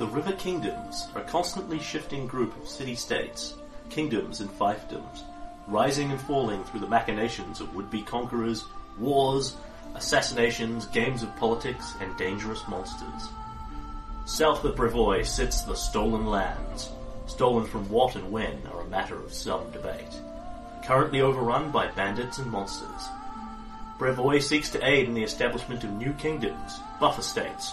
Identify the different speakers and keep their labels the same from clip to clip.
Speaker 1: river kingdoms are a constantly shifting group of city-states, kingdoms and fiefdoms, rising and falling through the machinations of would-be conquerors, wars, assassinations, games of politics, and dangerous monsters. South of Brevoy sits the Stolen Lands. Stolen from what and when are a matter of some debate. Currently overrun by bandits and monsters. Brevoy seeks to aid in the establishment of new kingdoms, buffer states,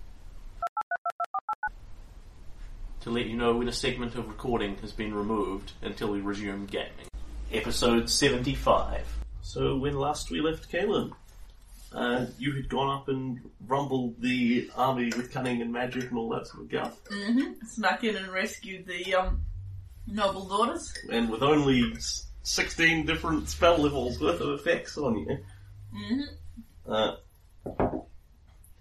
Speaker 1: to let you know when a segment of recording has been removed until we resume gaming. Episode 75. So, when last we left Caelan, uh, you had gone up and rumbled the army with cunning and magic and all that sort of guff.
Speaker 2: snuck in and rescued the um, noble daughters.
Speaker 1: And with only s- 16 different spell levels worth of effects on you. Uh,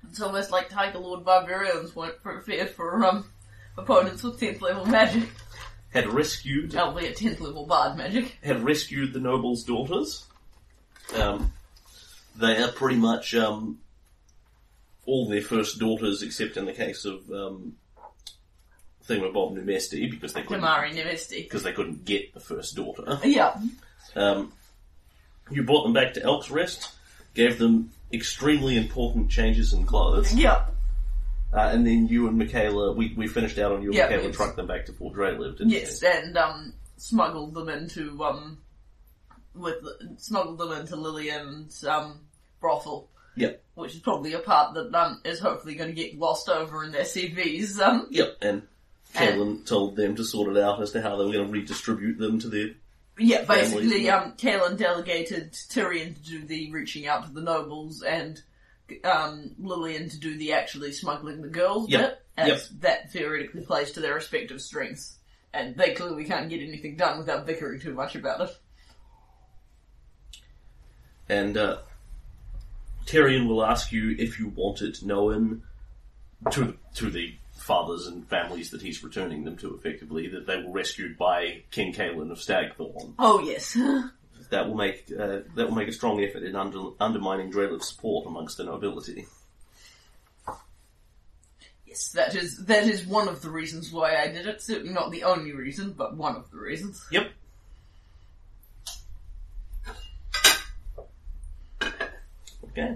Speaker 2: It's almost like Tiger Lord barbarians weren't prepared for um, opponents with 10th level magic.
Speaker 1: had rescued
Speaker 2: Albeit 10th level bard magic.
Speaker 1: had rescued the noble's daughters. Um, they are pretty much um, all their first daughters, except in the case of um, Thingamabob Numesti, because they couldn't
Speaker 2: Damari Nevesti.
Speaker 1: because they couldn't get the first daughter.
Speaker 2: Yeah.
Speaker 1: Um, you brought them back to Elk's Rest, gave them extremely important changes in clothes,
Speaker 2: Yeah.
Speaker 1: uh, and then you and Michaela, we, we finished out on you and
Speaker 2: Yeah,
Speaker 1: Michaela
Speaker 2: it's-
Speaker 1: trucked them back to Fort Drayliv, didn't
Speaker 2: Yes, and um, smuggled them into um, with smuggled them into Lillian's um, brothel,
Speaker 1: you? Yep.
Speaker 2: which is probably a part that um, is hopefully going to get glossed over in their CVs. Um,
Speaker 1: Yep, and
Speaker 2: And-
Speaker 1: Caitlin told them to sort it out as to how they were going to redistribute them to their.
Speaker 2: Yeah,
Speaker 1: families,
Speaker 2: basically,
Speaker 1: yeah.
Speaker 2: um, Caelan delegated Tyrion to do the reaching out to the nobles and um, Lillian to do the actually smuggling the girls
Speaker 1: Yep.
Speaker 2: bit, as that theoretically plays to their respective strengths. And they clearly can't get anything done without bickering too much about it.
Speaker 1: And uh, Tyrion will ask you if you want it known to to the fathers and families that he's returning them to, effectively, that they were rescued by King Caelan of Stagthorn.
Speaker 2: Oh, yes.
Speaker 1: That will make uh, that will make a strong effort in under, undermining Dreliv's support amongst the nobility.
Speaker 2: yes, that is that is one of the reasons why I did it. Certainly not the only reason, but one of the reasons.
Speaker 1: Yep. Okay.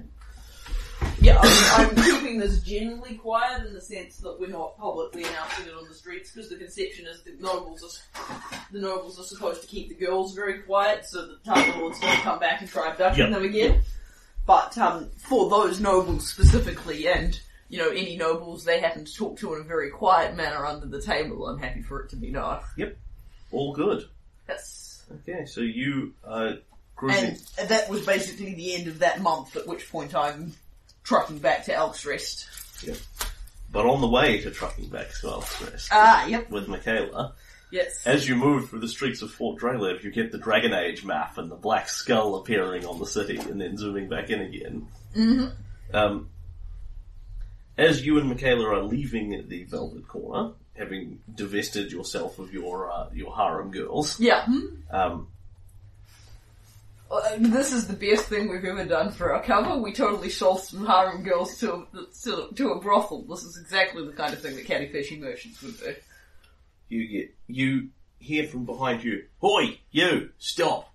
Speaker 2: Yeah, I'm, I'm keeping this generally quiet in the sense that we're not publicly announcing it on the streets because the conception is that nobles are s- the nobles are supposed to keep the girls very quiet so that Tiger Lords don't come back and try abducting
Speaker 1: Yep.
Speaker 2: them again. But um, for those nobles specifically, and you know any nobles they happen to talk to in a very quiet manner under the table, I'm happy for it to be known.
Speaker 1: All good.
Speaker 2: Yes.
Speaker 1: Okay, so you uh, cruising.
Speaker 2: And that was basically the end of that month. At which point I'm trucking back to Elk's Rest.
Speaker 1: But on the way to trucking back to Alstress
Speaker 2: Ah, yep.
Speaker 1: with Michaela,
Speaker 2: Yes.
Speaker 1: as you move through the streets of Fort Draylev, you get the Dragon Age map and the black skull appearing on the city and then zooming back in again. Mm-hmm. Um, as you and Michaela are leaving the Velvet Corner, having divested yourself of your uh, your harem girls,
Speaker 2: Yeah. hmm?
Speaker 1: um,
Speaker 2: Uh, this is the best thing we've ever done for our cover. We totally sold some harem girls to a, to, to a brothel. This is exactly the kind of thing that catty fishing merchants would do.
Speaker 1: you get you hear from behind you, "Hoi, you stop!"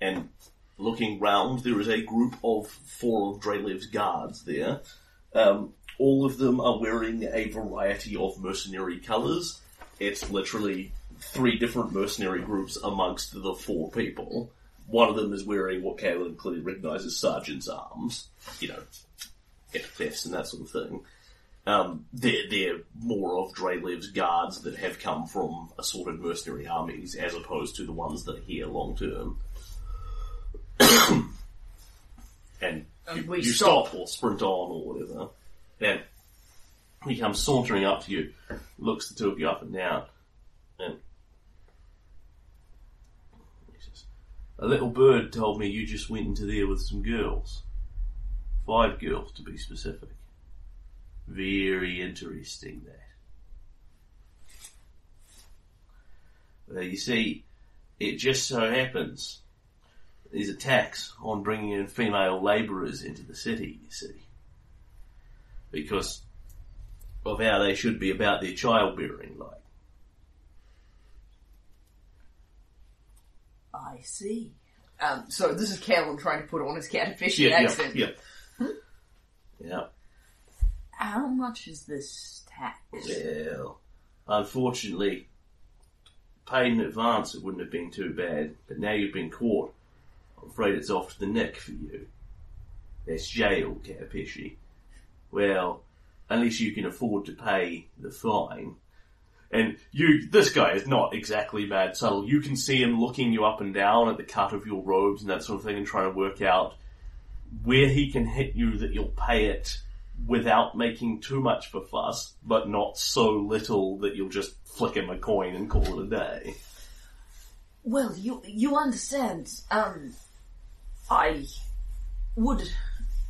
Speaker 1: And looking round, there is a group of four of Drelev's guards there. Um, all of them are wearing a variety of mercenary colours. It's literally three different mercenary groups amongst the four people. One of them is wearing what Caelan clearly recognises sergeant's arms, you know, thefts and that sort of thing. Um, they're, they're more of Drelev's guards that have come from assorted mercenary armies as opposed to the ones that are here long term. and
Speaker 3: And
Speaker 1: you,
Speaker 3: we
Speaker 1: you stop or sprint on or whatever. Then he comes sauntering up to you, looks the two of you up and down, and he says, A little bird told me you just went into there with some girls. Five girls to be specific. Very interesting that. Well, you see, it just so happens these attacks on bringing in female labourers into the city, you see, because of how they should be about their childbearing, like.
Speaker 3: I see. Um, so this is Caleb trying to put on his catfishing
Speaker 1: Yeah, yeah,
Speaker 3: accent.
Speaker 1: yeah. Yeah.
Speaker 3: How much is this tax?
Speaker 1: Well, unfortunately, paid in advance it wouldn't have been too bad, but now you've been caught, I'm afraid it's off to the neck for you. That's jail, Katapishi. Well, unless you can afford to pay the fine. And you, this guy is not exactly mad subtle. You can see him looking you up and down at the cut of your robes and that sort of thing and trying to work out where he can hit you that you'll pay it without making too much of a fuss, but not so little that you'll just flick him a coin and call it a day.
Speaker 2: Well, you you understand. Um, I would,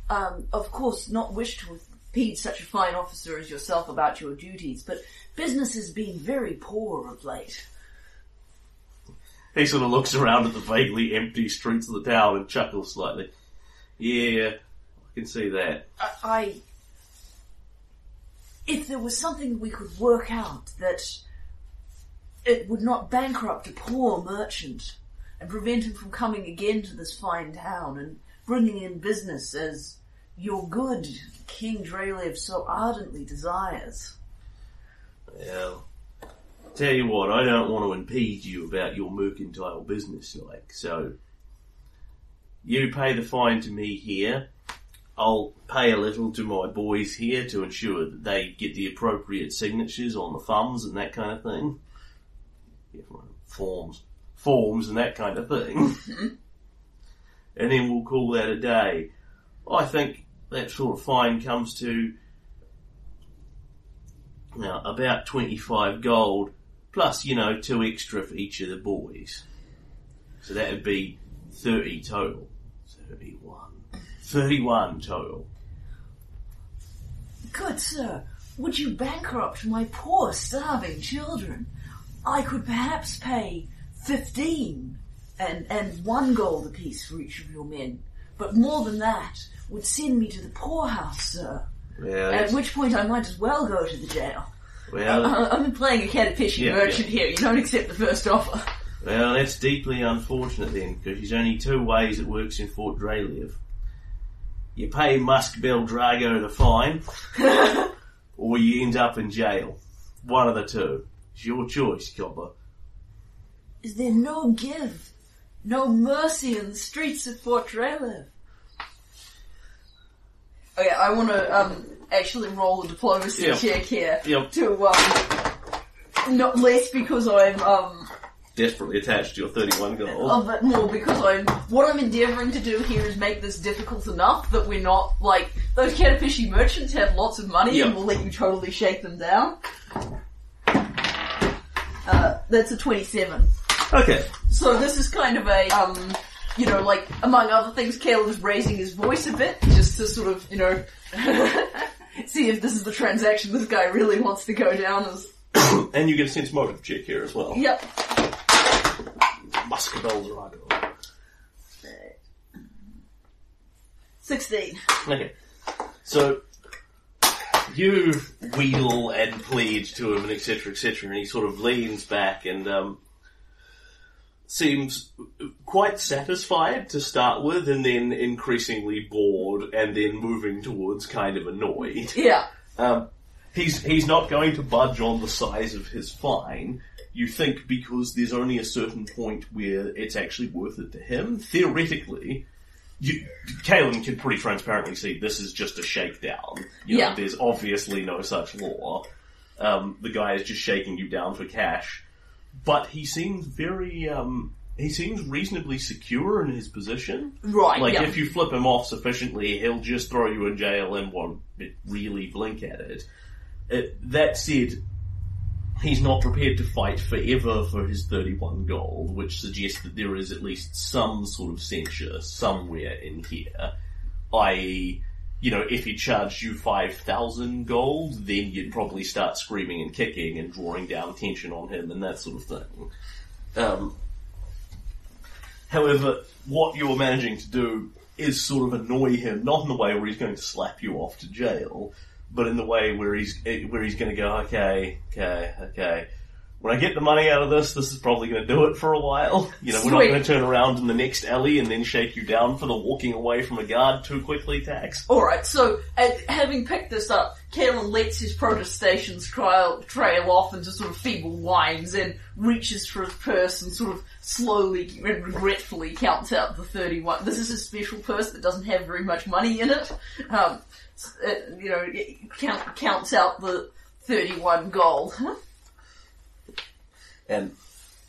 Speaker 2: um, of course, not wish to impede such a fine officer as yourself about your duties, but business has been very poor of late.
Speaker 1: He sort of looks around at the vaguely empty streets of the town and chuckles slightly. Yeah, I can see that.
Speaker 2: I, I if there was something we could work out that it would not bankrupt a poor merchant and prevent him from coming again to this fine town and bringing in business as your good King Drelev so ardently desires.
Speaker 1: Well, tell you what, I don't want to impede you about your mercantile business, like, so you pay the fine to me here. I'll pay a little to my boys here to ensure that they get the appropriate signatures on the thumbs and that kind of thing. Yeah, right, forms. Forms and that kind of thing. and then we'll call that a day. I think that sort of fine comes to now, about 25 gold, plus, you know, two extra for each of the boys. So that would be 30 total. 31. 31 total.
Speaker 2: Good sir, would you bankrupt my poor starving children? I could perhaps pay fifteen and, and one gold apiece for each of your men, but more than that would send me to the poorhouse, sir.
Speaker 1: Well,
Speaker 2: At
Speaker 1: that's-
Speaker 2: which point I might as well go to the jail.
Speaker 1: well,
Speaker 2: I- I'm playing a catfishing
Speaker 1: Yeah,
Speaker 2: merchant here. You don't accept the first offer.
Speaker 1: well, that's deeply unfortunate then, because there's only two ways it works in Fort Drelev. You pay Musk Beldrago the fine, or you end up in jail. One of the two. It's your choice, copper.
Speaker 2: Is there no give, no mercy in the streets of Fort Drelev?
Speaker 3: Okay, I want to um, actually roll a diplomacy
Speaker 1: Yeah.
Speaker 3: check here
Speaker 1: Yep.
Speaker 3: to um, not less because I'm um,
Speaker 1: Desperately attached to your 31 gold.
Speaker 3: of it more because I'm what I'm endeavouring to do here is make this difficult enough that we're not like those catfishy merchants have lots of money
Speaker 1: Yeah.
Speaker 3: and will let you totally shake them down. Uh, that's a twenty-seven.
Speaker 1: Okay.
Speaker 3: So this is kind of a um, you know, like among other things, Caleb is raising his voice a bit just to sort of you know see if this is the transaction this guy really wants to go down as.
Speaker 1: And you get a sense motive check here as well.
Speaker 3: Yep.
Speaker 1: Musk Beldrago.
Speaker 3: Sixteen.
Speaker 1: Okay. So, you wheedle and plead to him and etc etc and he sort of leans back and um, seems quite satisfied to start with and then increasingly bored and then moving towards kind of annoyed.
Speaker 3: Yeah.
Speaker 1: Um, He's he's not going to budge on the size of his fine. You think because there's only a certain point where it's actually worth it to him. Theoretically, you, Kalen can pretty transparently see this is just a shakedown. You know,
Speaker 2: Yeah.
Speaker 1: there's obviously no such law. Um, the guy is just shaking you down for cash, but he seems very um, he seems reasonably secure in his position.
Speaker 2: Right,
Speaker 1: Like
Speaker 2: yeah.
Speaker 1: if you flip him off sufficiently, he'll just throw you in jail and won't really blink at it. it. That said, he's not prepared to fight forever for his 31 gold, which suggests that there is at least some sort of censure somewhere in here. I.e., you know, if he charged you 5,000 gold, then you'd probably start screaming and kicking and drawing down tension on him and that sort of thing. Um, However, what you're managing to do is sort of annoy him, not in the way where he's going to slap you off to jail, but in the way where he's eh, where he's going to go, okay, okay, okay. When I get the money out of this, this is probably going to do it for a while. You know, we're not
Speaker 2: Sweet.
Speaker 1: going to turn around in the next alley and then shake you down for the walking away from a guard too quickly tax.
Speaker 2: Alright, so uh, having picked this up, Kalen lets his protestations trail, trail off into sort of feeble whines and reaches for his purse and sort of slowly and regretfully counts out the 31. This is his special purse that doesn't have very much money in it. Um, s- uh, you know, it count, counts out the 31 gold.
Speaker 1: and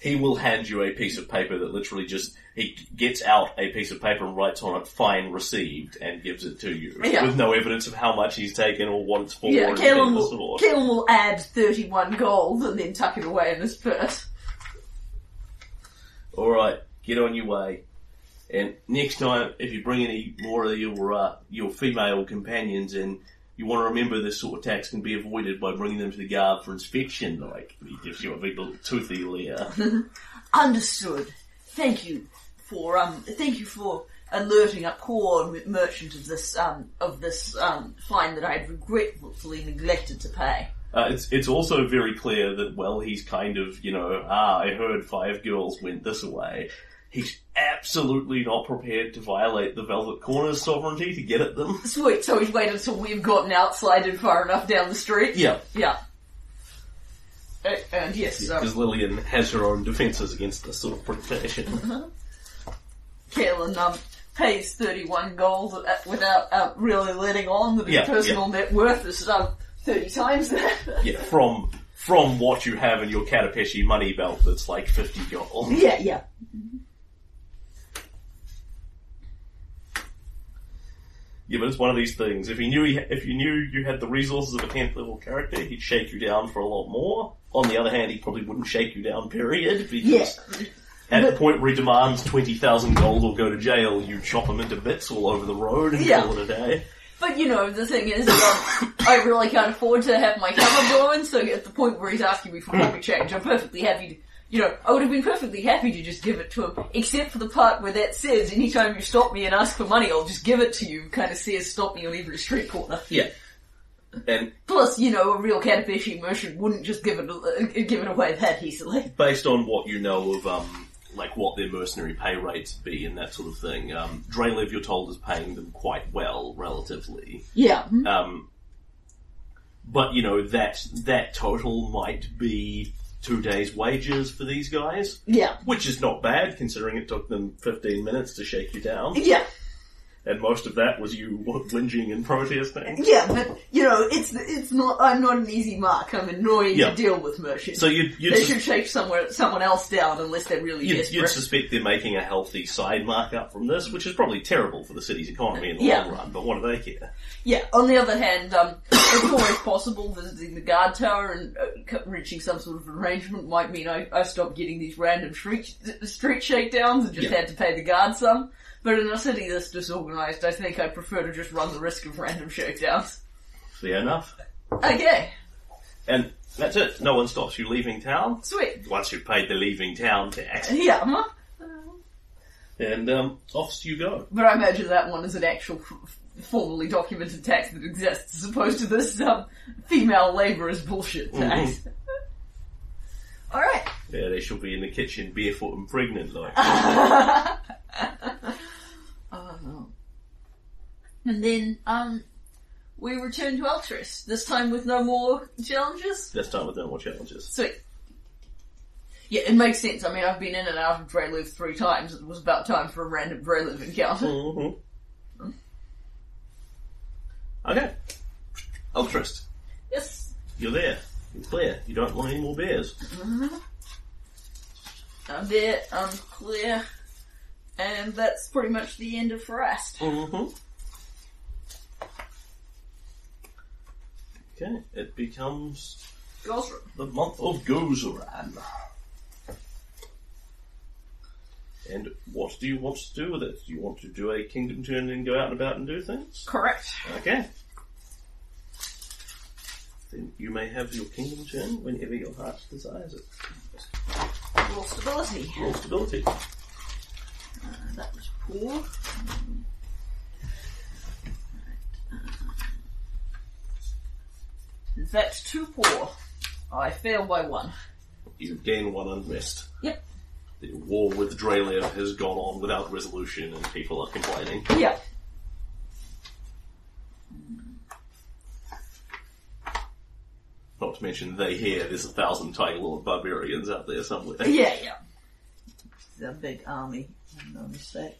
Speaker 1: he will hand you a piece of paper that literally just he gets out a piece of paper and writes on it "fine received" and gives it to you
Speaker 2: Yeah.
Speaker 1: with no evidence of how much he's taken or what it's for.
Speaker 2: Yeah,
Speaker 1: or anything
Speaker 2: Kalen
Speaker 1: of the
Speaker 2: will,
Speaker 1: sort.
Speaker 2: Kalen will add 31 gold and then tuck it away in his purse.
Speaker 1: All right, get on your way. And next time, if you bring any more of your uh, your female companions in, you want to remember this sort of tax can be avoided by bringing them to the guard for inspection. Like he gives you a big little toothy leer.
Speaker 4: Understood. Thank you for um. Thank you for alerting a poor m- merchant of this um of this um fine that I had regretfully neglected to pay.
Speaker 1: Uh, it's it's also very clear that well he's kind of you know ah I heard five girls went this way. He's absolutely not prepared to violate the Velvet Corner's sovereignty to get at them.
Speaker 2: Sweet, so he's waited until we've gotten outside and far enough down the street.
Speaker 1: Yeah,
Speaker 2: Yeah. Uh, and yes, so
Speaker 1: because Lillian has her own defences against this sort of predation.
Speaker 2: Kalen um, pays 31 gold uh, without uh, really letting on that his
Speaker 1: Yeah,
Speaker 2: personal net worth is um, 30 times that.
Speaker 1: yeah, from from what you have in your Katapeshi money belt that's like fifty gold.
Speaker 2: yeah, yeah.
Speaker 1: Yeah, but it's one of these things. If you knew he, if you knew you had the resources of a tenth level character, he'd shake you down for a lot more. On the other hand, he probably wouldn't shake you down. Period. Because at the point where he demands twenty thousand gold or go to jail, you chop him into bits all over the road and
Speaker 2: Yeah.
Speaker 1: call it a day.
Speaker 2: But you know, the thing is, um, I really can't afford to have my cover blown, so at the point where he's asking me for
Speaker 1: Hmm.
Speaker 2: pocket change, I'm perfectly happy to. You know, I would have been perfectly happy to just give it to him, except for the part where that says, anytime you stop me and ask for money, I'll just give it to you, kind of says, stop me on every street corner.
Speaker 1: Yeah, and
Speaker 2: Plus, you know, a real Katabeshi merchant wouldn't just give it uh, give it away that easily.
Speaker 1: based on what you know of, um, like what their mercenary pay rates be and that sort of thing, um, Drelev, you're told, is paying them quite well relatively.
Speaker 2: Yeah.
Speaker 1: Um, but you know that that total might be two days' wages for these guys,
Speaker 2: Yeah.
Speaker 1: which is not bad considering it took them fifteen minutes to shake you down,
Speaker 2: Yeah.
Speaker 1: and most of that was you whinging and protesting.
Speaker 2: Yeah, but, you know, it's it's not, I'm not an easy mark. I'm annoying
Speaker 1: Yeah.
Speaker 2: to deal with merchants.
Speaker 1: So you'd you'd,
Speaker 2: they
Speaker 1: sus-
Speaker 2: should shake somewhere, someone else down unless they're really
Speaker 1: you'd,
Speaker 2: desperate.
Speaker 1: you'd suspect they're making a healthy side markup from this, which is probably terrible for the city's economy in the
Speaker 2: Yeah.
Speaker 1: long run. But what do they care?
Speaker 2: Yeah, on the other hand, um, it's always possible visiting the guard tower and uh, c- reaching some sort of arrangement might mean I, I stopped getting these random street, street shakedowns and just
Speaker 1: Yeah.
Speaker 2: had to pay the guard some. But in a city this disorganized, I think I prefer to just run the risk of random shakedowns.
Speaker 1: Fair enough.
Speaker 2: Okay,
Speaker 1: And that's it. No one stops you leaving town
Speaker 2: sweet.
Speaker 1: once you've paid the leaving town tax,
Speaker 2: Yeah, huh?
Speaker 1: and um, off you go.
Speaker 2: But I imagine that one is an actual f- f- formally documented tax that exists as opposed to this um, female laborer's bullshit tax. Alright.
Speaker 1: Yeah, they shall be in the kitchen barefoot and pregnant like.
Speaker 4: And then um,
Speaker 2: we return to Altris, this time with no more challenges.
Speaker 1: Let's start with no more challenges.
Speaker 2: Sweet. Yeah, it makes sense. I mean, I've been in and out of Draylev three times. It was about time for a random Draylev encounter.
Speaker 1: Mm-hmm. Okay. Ultrist,
Speaker 2: Yes.
Speaker 1: you're there. You're clear. You don't want any more bears.
Speaker 2: I'm there, I'm clear. And that's pretty much the end of Forest.
Speaker 1: Mm-hmm. Okay, it becomes
Speaker 2: Gosram.
Speaker 1: the month of Gozoran. And what do you want to do with it? Do you want to do a kingdom turn and go out and about and do things?
Speaker 2: Correct.
Speaker 1: Okay. Then you may have your kingdom turn whenever your heart desires it.
Speaker 2: Roll stability.
Speaker 1: Roll stability.
Speaker 2: That was poor. That's too poor. I fail by one.
Speaker 1: You gain one unrest.
Speaker 2: Yep.
Speaker 1: The war with Dralev has gone on without resolution and people are complaining.
Speaker 2: Yeah.
Speaker 1: Not to mention they hear there's a thousand Tiger Lord barbarians out there somewhere.
Speaker 2: Yeah, yeah. The big army. No mistake.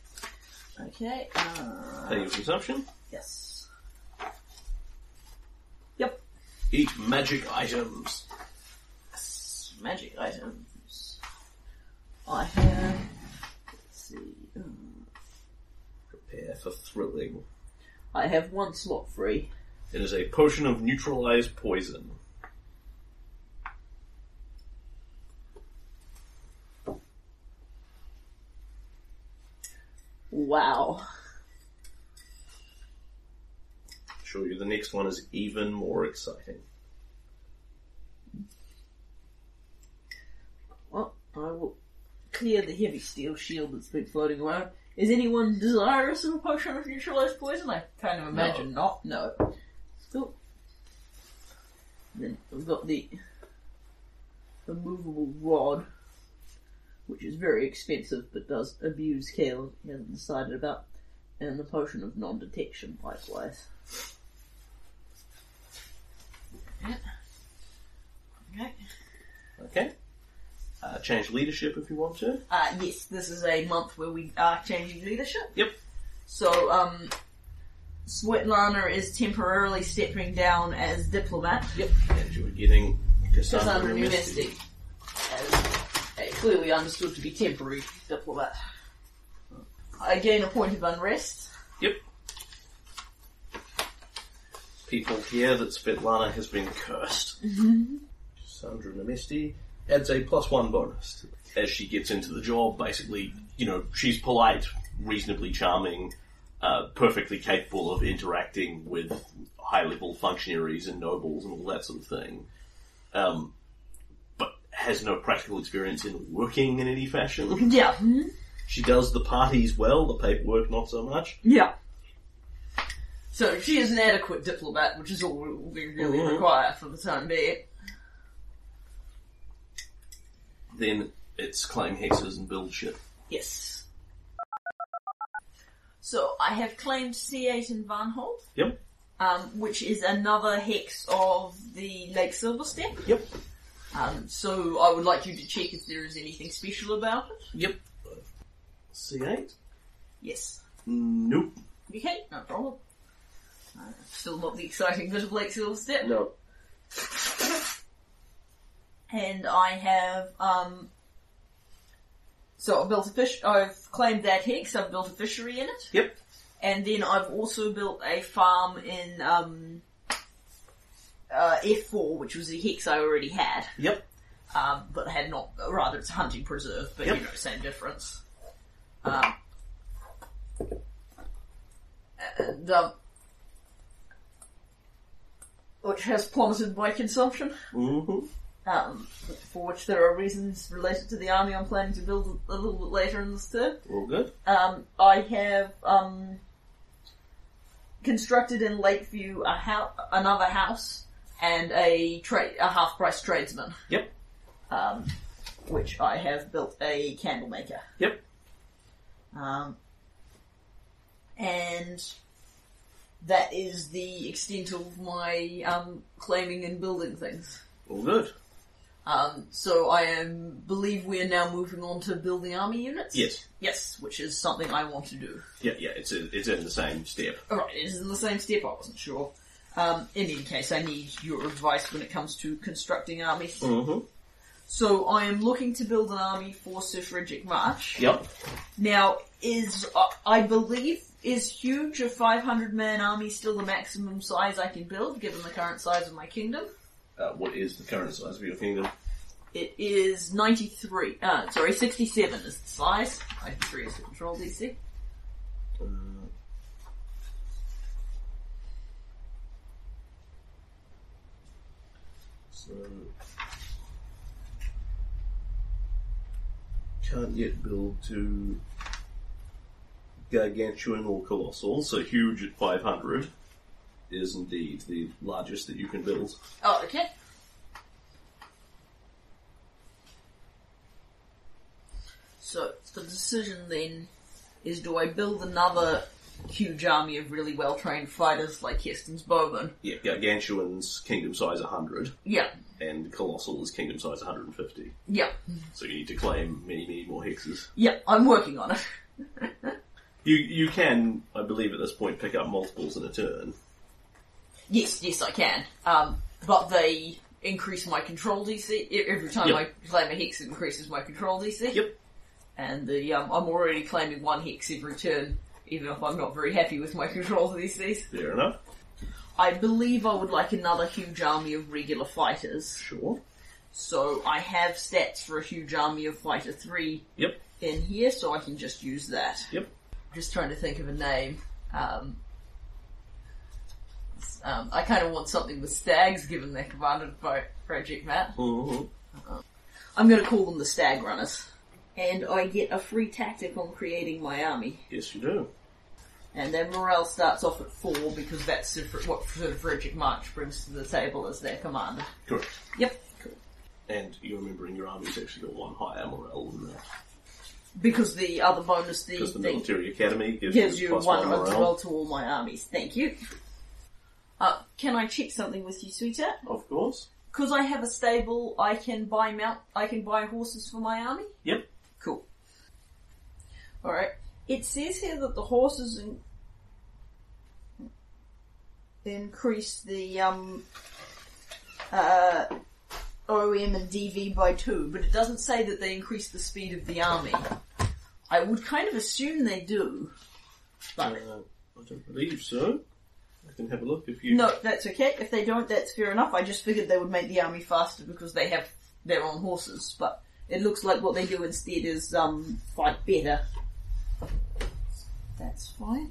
Speaker 2: Okay, uh,
Speaker 1: Pay your consumption.
Speaker 2: yes.
Speaker 1: Eat magic items.
Speaker 2: Yes, Magic items. I have, let's see, um,
Speaker 1: Prepare for thrilling.
Speaker 2: I have one slot free.
Speaker 1: It is a potion of neutralized poison.
Speaker 2: Wow.
Speaker 1: Sure, you the next one is even more exciting.
Speaker 2: Well, Oh, I will clear the heavy steel shield that's been floating around. Is anyone desirous of a potion of neutralized poison? I kind of imagine not. No. Cool. Then we've got the immovable rod, which is very expensive but does abuse Kale. He hasn't decided about, and the potion of non-detection, likewise. Okay.
Speaker 1: Okay? Uh, change leadership if you want to.
Speaker 2: Uh, yes, this is a month where we are changing leadership.
Speaker 1: Yep.
Speaker 2: So, um, Svetlana is temporarily stepping down as diplomat. Yep.
Speaker 1: And you're getting Cassandra
Speaker 2: Cassandra
Speaker 1: Mystic.
Speaker 2: Mystic as a clearly understood to be temporary diplomat. I gain a point of unrest.
Speaker 1: Yep. People hear that Svetlana has been cursed. Sandra Namesti adds a plus one bonus. As she gets into the job, basically, you know, she's polite, reasonably charming, uh, perfectly capable of interacting with high level functionaries and nobles and all that sort of thing. Um, but has no practical experience in working in any fashion.
Speaker 2: Yeah.
Speaker 1: She does the parties well, the paperwork not so much.
Speaker 2: Yeah. So she is an adequate diplomat, which is all we really
Speaker 1: Mhm.
Speaker 2: require for the time being.
Speaker 1: then it's claim hexes and build shit.
Speaker 2: Yes. So I have claimed C8 in Varnhold,
Speaker 1: Yep.
Speaker 2: um, which is another hex of the Lake Silverstep.
Speaker 1: Yep.
Speaker 2: Um, so I would like you to check if there is anything special about it.
Speaker 1: Yep. C8?
Speaker 2: Yes.
Speaker 1: Nope.
Speaker 2: Okay, no problem. Uh, still not the exciting bit of Lake Silverstep.
Speaker 1: No.
Speaker 2: And I have, um, so I've built a fish, I've claimed that hex, I've built a fishery in it.
Speaker 1: Yep.
Speaker 2: And then I've also built a farm in um, uh, F4, which was a hex I already had,
Speaker 1: Yep.
Speaker 2: um, but had not. Rather, it's a hunting preserve, but
Speaker 1: Yep.
Speaker 2: you know, same difference. Um, and, um, which has plummeted by consumption,
Speaker 1: Mm-hmm.
Speaker 2: um, for which there are reasons related to the army I'm planning to build a little bit later in this turn.
Speaker 1: All good.
Speaker 2: Um, I have um, constructed in Lakeview a hou- another house and a tra- a half price tradesman,
Speaker 1: Yep.
Speaker 2: um, which I have built a candle maker.
Speaker 1: Yep.
Speaker 2: Um, and that is the extent of my um, claiming and building things.
Speaker 1: All good.
Speaker 2: Um, so I am believe we are now moving on to building army units.
Speaker 1: Yes.
Speaker 2: Yes, which is something I want to do.
Speaker 1: Yeah, yeah, it's, a, it's in the same step.
Speaker 2: Alright, it is in the same step, I wasn't sure. Um, in any case, I need your advice when it comes to constructing armies.
Speaker 1: Mm-hmm.
Speaker 2: So I am looking to build an army for Suffragic March.
Speaker 1: Yep.
Speaker 2: Now, is, uh, I believe, is huge, a 500 man army still the maximum size I can build, given the current size of my kingdom?
Speaker 1: Uh, what is the current size of your kingdom?
Speaker 2: It is 93, uh, sorry, 67 is the size. 93 is the control DC.
Speaker 1: Uh, so can't yet build to gargantuan or colossal, so huge at 500 is indeed the largest that you can build.
Speaker 2: Oh, okay. So, the decision then is do I build another huge army of really well trained fighters like Heston's bowmen?
Speaker 1: Yeah, gargantuan's kingdom size 100
Speaker 2: Yeah,
Speaker 1: and colossal is kingdom size 150.
Speaker 2: yeah,
Speaker 1: So you need to claim many, many more hexes.
Speaker 2: yeah, I'm working on it.
Speaker 1: You you can, I believe, at this point pick up multiples in a turn.
Speaker 2: Yes, yes, I can. Um, but they increase my control DC E- every time
Speaker 1: Yep.
Speaker 2: I claim a hex. It increases my control DC.
Speaker 1: Yep.
Speaker 2: And the um, I'm already claiming one hex every turn, even if I'm not very happy with my control DCs.
Speaker 1: Fair enough.
Speaker 2: I believe I would like another huge army of regular fighters.
Speaker 1: Sure.
Speaker 2: So I have stats for a huge army of fighter three
Speaker 1: Yep.
Speaker 2: in here, so I can just use that.
Speaker 1: Yep.
Speaker 2: just trying to think of a name. Um, s- um, I kind of want something with stags, given they're commanded by Project Matt.
Speaker 1: hmm
Speaker 2: I'm going to call them the Stag Runners. And I get a free tactic on creating my army.
Speaker 1: Yes, you do.
Speaker 2: And their morale starts off at four because that's Suffra- what Frederick March brings to the table as their commander.
Speaker 1: Correct.
Speaker 2: Yep.
Speaker 1: And you're remembering your army's actually got one higher morale than that
Speaker 2: Because the other bonus, the
Speaker 1: because the
Speaker 2: thing
Speaker 1: military academy gives,
Speaker 2: gives you
Speaker 1: plus
Speaker 2: one
Speaker 1: morale.
Speaker 2: as well to all my armies. Thank you. Uh, can I check something with you, sweetheart?
Speaker 1: Of course.
Speaker 2: Because I have a stable, I can buy mount, I can buy horses for my army.
Speaker 5: Yep.
Speaker 2: Cool. All right. It says here that the horses in- increase the um, uh, OM and DV by two, but it doesn't say that they increase the speed of the army. I would kind of assume they do.
Speaker 1: Uh,
Speaker 2: But
Speaker 1: I don't believe so. I can have a look if you.
Speaker 2: no, that's okay. If they don't, that's fair enough. I just figured they would make the army faster because they have their own horses, but it looks like what they do instead is um, fight better. That's fine.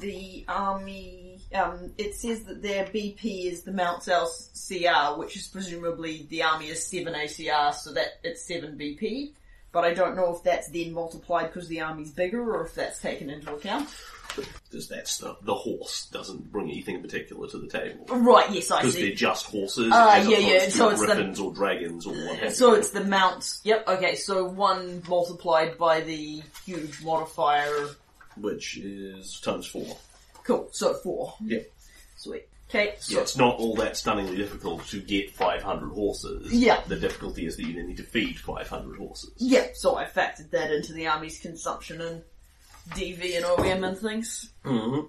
Speaker 2: The army, um, it says that their BP is the Mount South CR, which is presumably the army is 7 ACR, so that it's 7 BP. But I don't know if that's then multiplied because the army's bigger or if that's taken into account.
Speaker 1: Because that's the, the horse doesn't bring anything in particular to the table.
Speaker 2: Right, yes, Oh, I
Speaker 1: Because
Speaker 2: see.
Speaker 1: they're just horses.
Speaker 2: Ah,
Speaker 1: as
Speaker 2: yeah, yeah,
Speaker 1: opposed to
Speaker 2: so it's the-
Speaker 1: griffins or dragons or what have
Speaker 2: So
Speaker 1: you.
Speaker 2: it's the mount. Yep. Okay. So one multiplied by the huge modifier. of-
Speaker 1: Which is times four.
Speaker 2: Cool. So four.
Speaker 1: Yeah.
Speaker 2: Sweet. Okay.
Speaker 1: So it's not all that stunningly difficult to get 500 horses.
Speaker 2: Yeah.
Speaker 1: The difficulty is that you then need to feed 500 horses.
Speaker 2: Yeah. So I factored that into the army's consumption and DV and OM and things.
Speaker 1: Mm-hmm.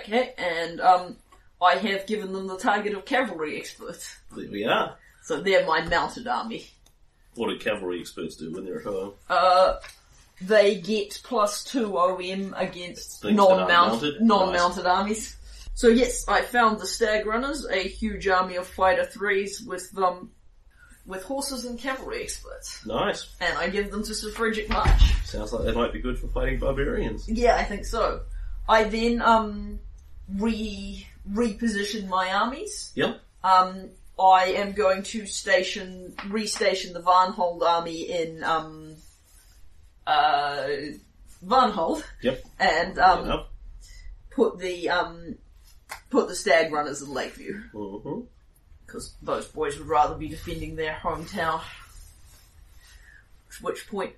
Speaker 2: Okay. And um, I have given them the target of cavalry experts.
Speaker 1: There we are.
Speaker 2: So they're my mounted army.
Speaker 1: What do cavalry experts do when they're at home?
Speaker 2: Uh, they get plus two OM
Speaker 1: Things
Speaker 2: against
Speaker 1: that
Speaker 2: non
Speaker 1: aren't
Speaker 2: mounted
Speaker 1: mounted?
Speaker 2: non mounted armies. So yes, I found the stag runners, a huge army of fighter threes with um with horses and cavalry experts.
Speaker 1: Nice.
Speaker 2: And I give them to Suffragic March.
Speaker 1: Sounds like they might be good for fighting barbarians.
Speaker 2: Yeah, I think so. I then um re reposition my armies.
Speaker 1: Yep.
Speaker 2: Um I am going to station restation the Varnhold army in um uh Varnhold.
Speaker 1: Yep.
Speaker 2: and
Speaker 1: Fair
Speaker 2: um,
Speaker 1: enough.
Speaker 2: put the um, put the stag runners in Lakeview
Speaker 1: hmm
Speaker 2: because those boys would rather be defending their hometown. At which point,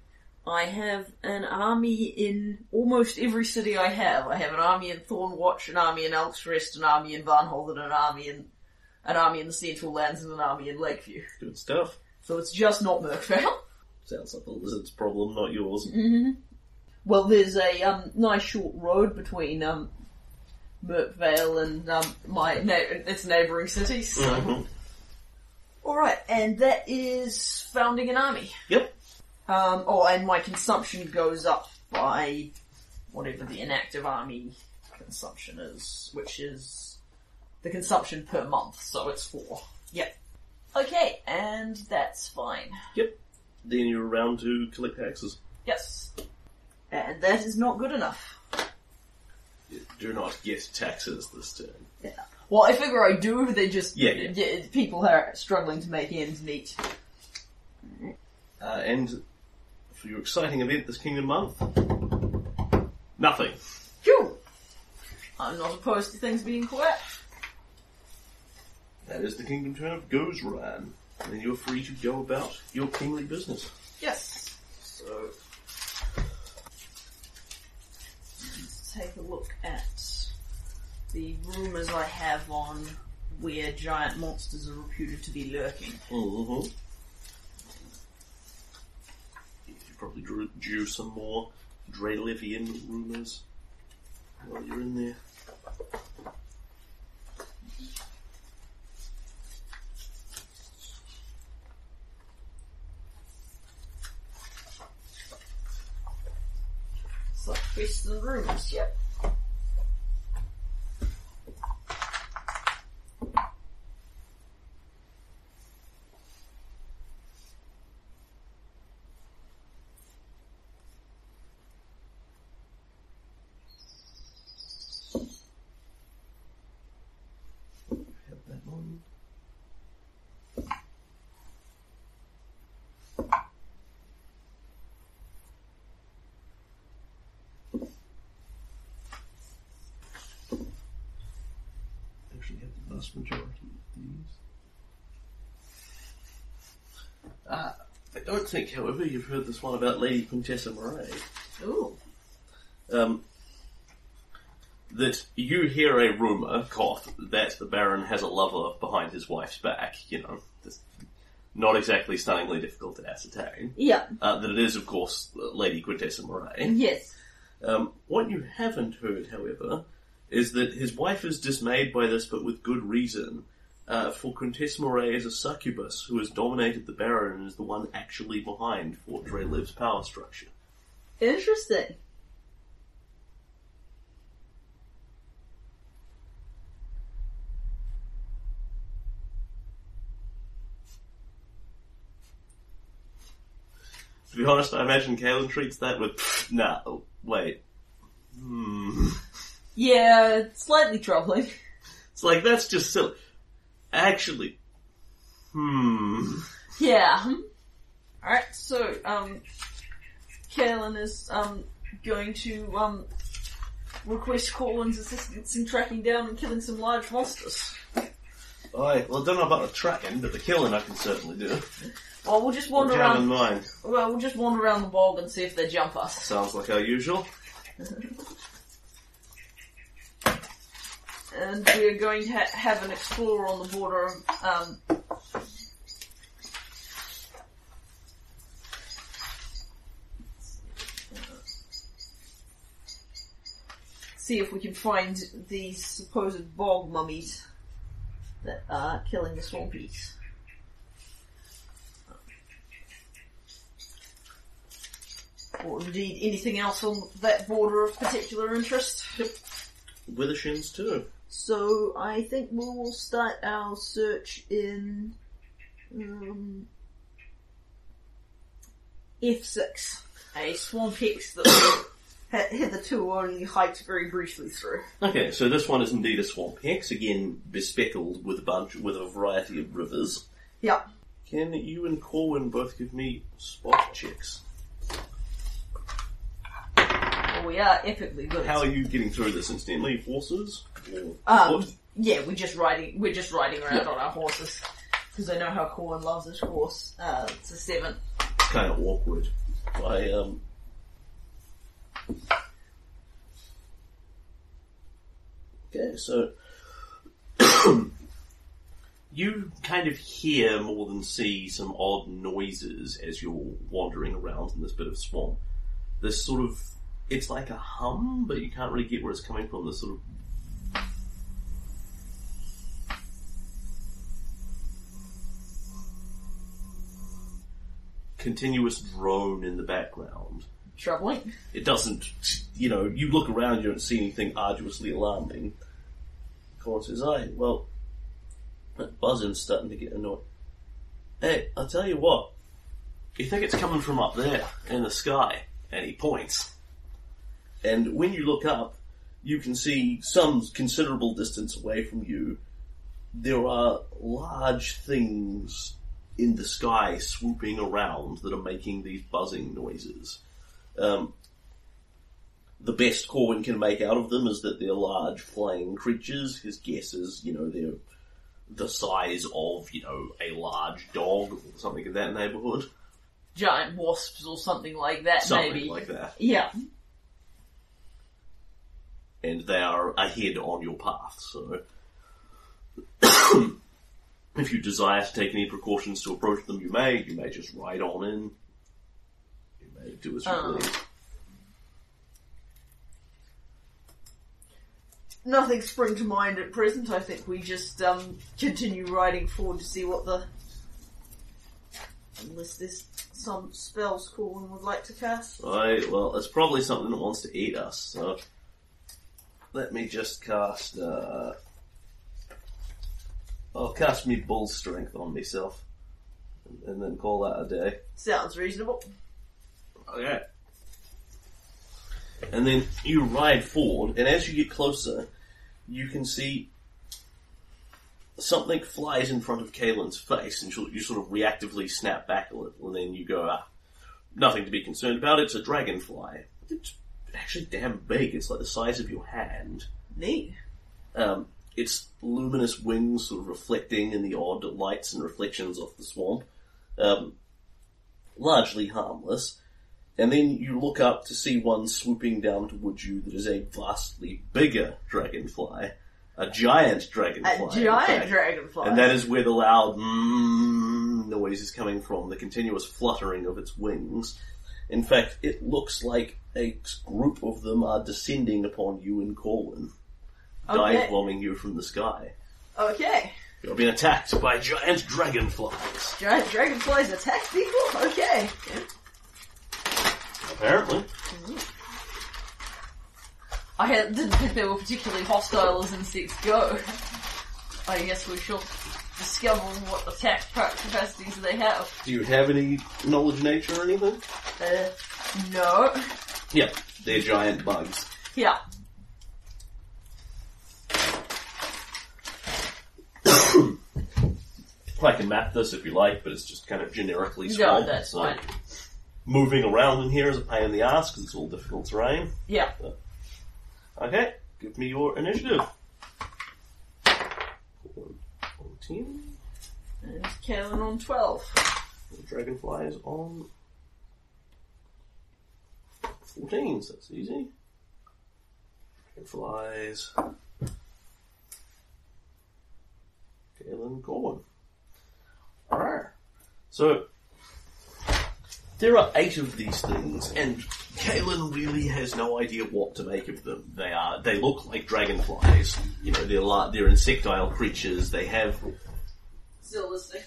Speaker 2: I have an army in almost every city I have. I have an army in Thornwatch, an army in Elksrest, an army in Van Holden, an army in an army in the Central Lands, and an army in Lakeview.
Speaker 1: Good stuff.
Speaker 2: So it's just not Merkvale.
Speaker 1: Sounds like the lizard's problem, not yours.
Speaker 2: Well, there's a um, nice short road between um, Merkvale and um, my na- its neighbouring cities.
Speaker 1: Mm-hmm.
Speaker 2: All right, and that is founding an army.
Speaker 1: Yep.
Speaker 2: Um, oh, and my consumption goes up by whatever the inactive army consumption is, which is the consumption per month, so it's four. Yep. Okay, and that's fine.
Speaker 1: Then you're around to collect taxes.
Speaker 2: Yes. And that is not good enough.
Speaker 1: You do not get taxes this turn.
Speaker 2: Well, I figure I do, they just,
Speaker 1: Yeah, yeah.
Speaker 2: people are struggling to make ends meet.
Speaker 1: Uh, and for your exciting event this Kingdom Month, nothing.
Speaker 2: Phew! I'm not opposed to things being quiet.
Speaker 1: That is the Kingdom turn of Goes Run. And you're free to go about your kingly business.
Speaker 2: Yes. So let's take a look at the rumours I have on where giant monsters are reputed to be lurking.
Speaker 1: Mm-hmm. You probably drew, drew some more Dralivian rumours while you're in there.
Speaker 2: So quests and rumours. Yep.
Speaker 1: Have that one. Actually, have the vast majority of these. Ah, I don't think, however, you've heard this one about Lady Quintessa Moray
Speaker 2: Ooh.
Speaker 1: um, that you hear a rumor, cough, that the Baron has a lover behind his wife's back. You know, that's not exactly stunningly difficult to ascertain.
Speaker 6: Yeah.
Speaker 1: Uh, that it is, of course, Lady Quintessa Moray.
Speaker 6: Yes.
Speaker 1: Um, what you haven't heard, however, is that his wife is dismayed by this, but with good reason. Uh, for Quintessa Moray is a succubus who has dominated the Baron and is the one actually behind Fort Drelev's power structure.
Speaker 6: Interesting.
Speaker 1: To be honest, I imagine Kalen treats that with, "Pfft, nah, oh, wait. Hmm.
Speaker 6: Yeah, slightly troubling.
Speaker 1: It's like, that's just silly. Actually, hmm.
Speaker 6: Yeah.
Speaker 2: Alright, so um Kaelin is um going to um request Corwin's assistance in tracking down and killing some large monsters.
Speaker 1: Aye, well, I don't know about the tracking, but the killing I can certainly do.
Speaker 2: Well we'll just wander
Speaker 1: Kelan
Speaker 2: around
Speaker 1: in mind.
Speaker 2: Well, we'll just wander around the bog and see if they jump us.
Speaker 1: Sounds like our usual.
Speaker 2: And we're going to ha- have an explorer on the border of, um, see if we can find these supposed bog mummies that are killing the swampies. Or indeed anything else on that border of particular interest.
Speaker 1: Withershins too.
Speaker 2: So I think we will start our search in um, F6, a swamp hex that we ha- hitherto only hiked very briefly through.
Speaker 1: Okay, so this one is indeed a swamp hex, again bespeckled with a bunch, with a variety of rivers.
Speaker 2: Yeah.
Speaker 1: Can you and Corwin both give me spot checks?
Speaker 2: Well, we are epically good. at-
Speaker 1: How are you getting through this incidentally? Horses? Or
Speaker 2: Um,
Speaker 1: foot?
Speaker 2: yeah, we're just riding. We're just riding around
Speaker 1: Yeah.
Speaker 2: on our horses because I know how Corwin loves his horse. Uh, it's a seven.
Speaker 1: It's kind of awkward. by um Okay, so you kind of hear more than see some odd noises as you're wandering around in this bit of swamp. This sort of it's like a hum, but you can't really get where it's coming from. This sort of continuous drone in the background.
Speaker 2: Troubling.
Speaker 1: It doesn't, you know, you look around, you don't see anything arduously alarming. Corn says, "Aye, well, that buzzing's starting to get annoying. Hey, I'll tell you what, you think it's coming from up there in the sky, and he points. And when you look up, you can see some considerable distance away from you, there are large things in the sky swooping around that are making these buzzing noises. Um, the best Corwin can make out of them is that they're large flying creatures. His guess is, you know, they're the size of, you know, a large dog or something in that neighborhood.
Speaker 2: Giant wasps or something like that,
Speaker 1: Something
Speaker 2: maybe.
Speaker 1: like that.
Speaker 2: yeah.
Speaker 1: and they are ahead on your path. So, if you desire to take any precautions to approach them, you may. You may just ride on in. You may do as you
Speaker 2: Um.
Speaker 1: please.
Speaker 7: Nothing spring to mind at present. I think we just um, continue riding forward to see what the unless there's some spells Corwin would like to cast.
Speaker 1: Right. Well, it's probably something that wants to eat us. So, let me just cast. Uh, I'll cast me bull strength on myself, and- and then call that a day.
Speaker 7: Sounds reasonable.
Speaker 1: Okay. Oh, And then you ride forward, and as you get closer, you can see something flies in front of Kaylin's face, and she'll- you sort of reactively snap back a little, and then you go, ah, nothing to be concerned about, it's a dragonfly. It's actually damn big, it's like the size of your hand.
Speaker 7: Neat.
Speaker 1: Um, its luminous wings sort of reflecting in the odd lights and reflections off the swamp. Um, largely harmless. And then you look up to see one swooping down towards you that is a vastly bigger dragonfly. A giant dragonfly.
Speaker 7: A
Speaker 1: in
Speaker 7: giant
Speaker 1: fact.
Speaker 7: dragonfly.
Speaker 1: And that is where the loud mm noise is coming from, the continuous fluttering of its wings. In fact, it looks like a group of them are descending upon you and Corwin, dive bombing you from the sky.
Speaker 7: Okay.
Speaker 1: You're being attacked by giant dragonflies.
Speaker 7: Giant dragonflies attack people? Okay.
Speaker 1: Apparently.
Speaker 2: I had, didn't think they were particularly hostile as insects go. I guess we shall discover what attack cap- capacities they have.
Speaker 1: Do you have any knowledge nature or anything?
Speaker 2: Uh, no.
Speaker 1: Yeah, they're giant bugs.
Speaker 2: Yeah.
Speaker 1: I can map this if you like, but it's just kind of generically
Speaker 2: No,
Speaker 1: small.
Speaker 2: that's
Speaker 1: so
Speaker 2: fine.
Speaker 1: moving around in here is a pain in the ass because it's all difficult terrain.
Speaker 2: Yeah.
Speaker 1: Okay, give me your initiative. Fourteen.
Speaker 2: And Kalen on 12.
Speaker 1: The dragonfly is on fourteen, so that's easy. Dragonflies. Galen Gorn. Alright. So there are eight of these things, and Kalen really has no idea what to make of them. They are they look like dragonflies. You know, they're la- they're insectile creatures. They have
Speaker 8: Still listening.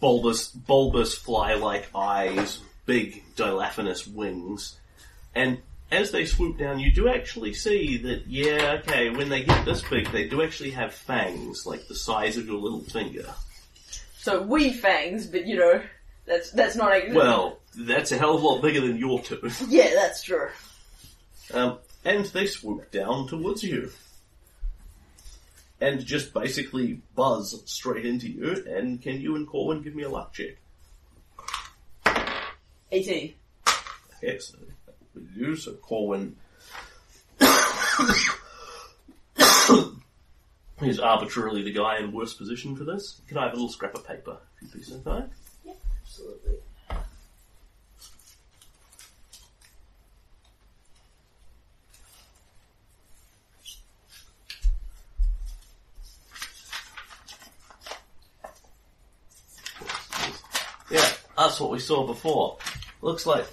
Speaker 1: bulbous, bulbous fly-like eyes, big diaphanous wings, and as they swoop down, you do actually see that. Yeah, okay. When they get this big, they do actually have fangs, like the size of your little finger.
Speaker 8: So we fangs, but you know, that's that's not a
Speaker 1: Well, that's a hell of a lot bigger than your two.
Speaker 8: Yeah, that's true.
Speaker 1: Um, and they swoop down towards you. And just basically buzz straight into you, and can you and Corwin give me a luck check?
Speaker 8: Eighteen.
Speaker 1: Okay, so that would be you, so Corwin. He's arbitrarily the guy in worst position for this. Can I have a little scrap of paper, if you'd be so kind?
Speaker 8: Absolutely.
Speaker 1: That's what we saw before. Looks like,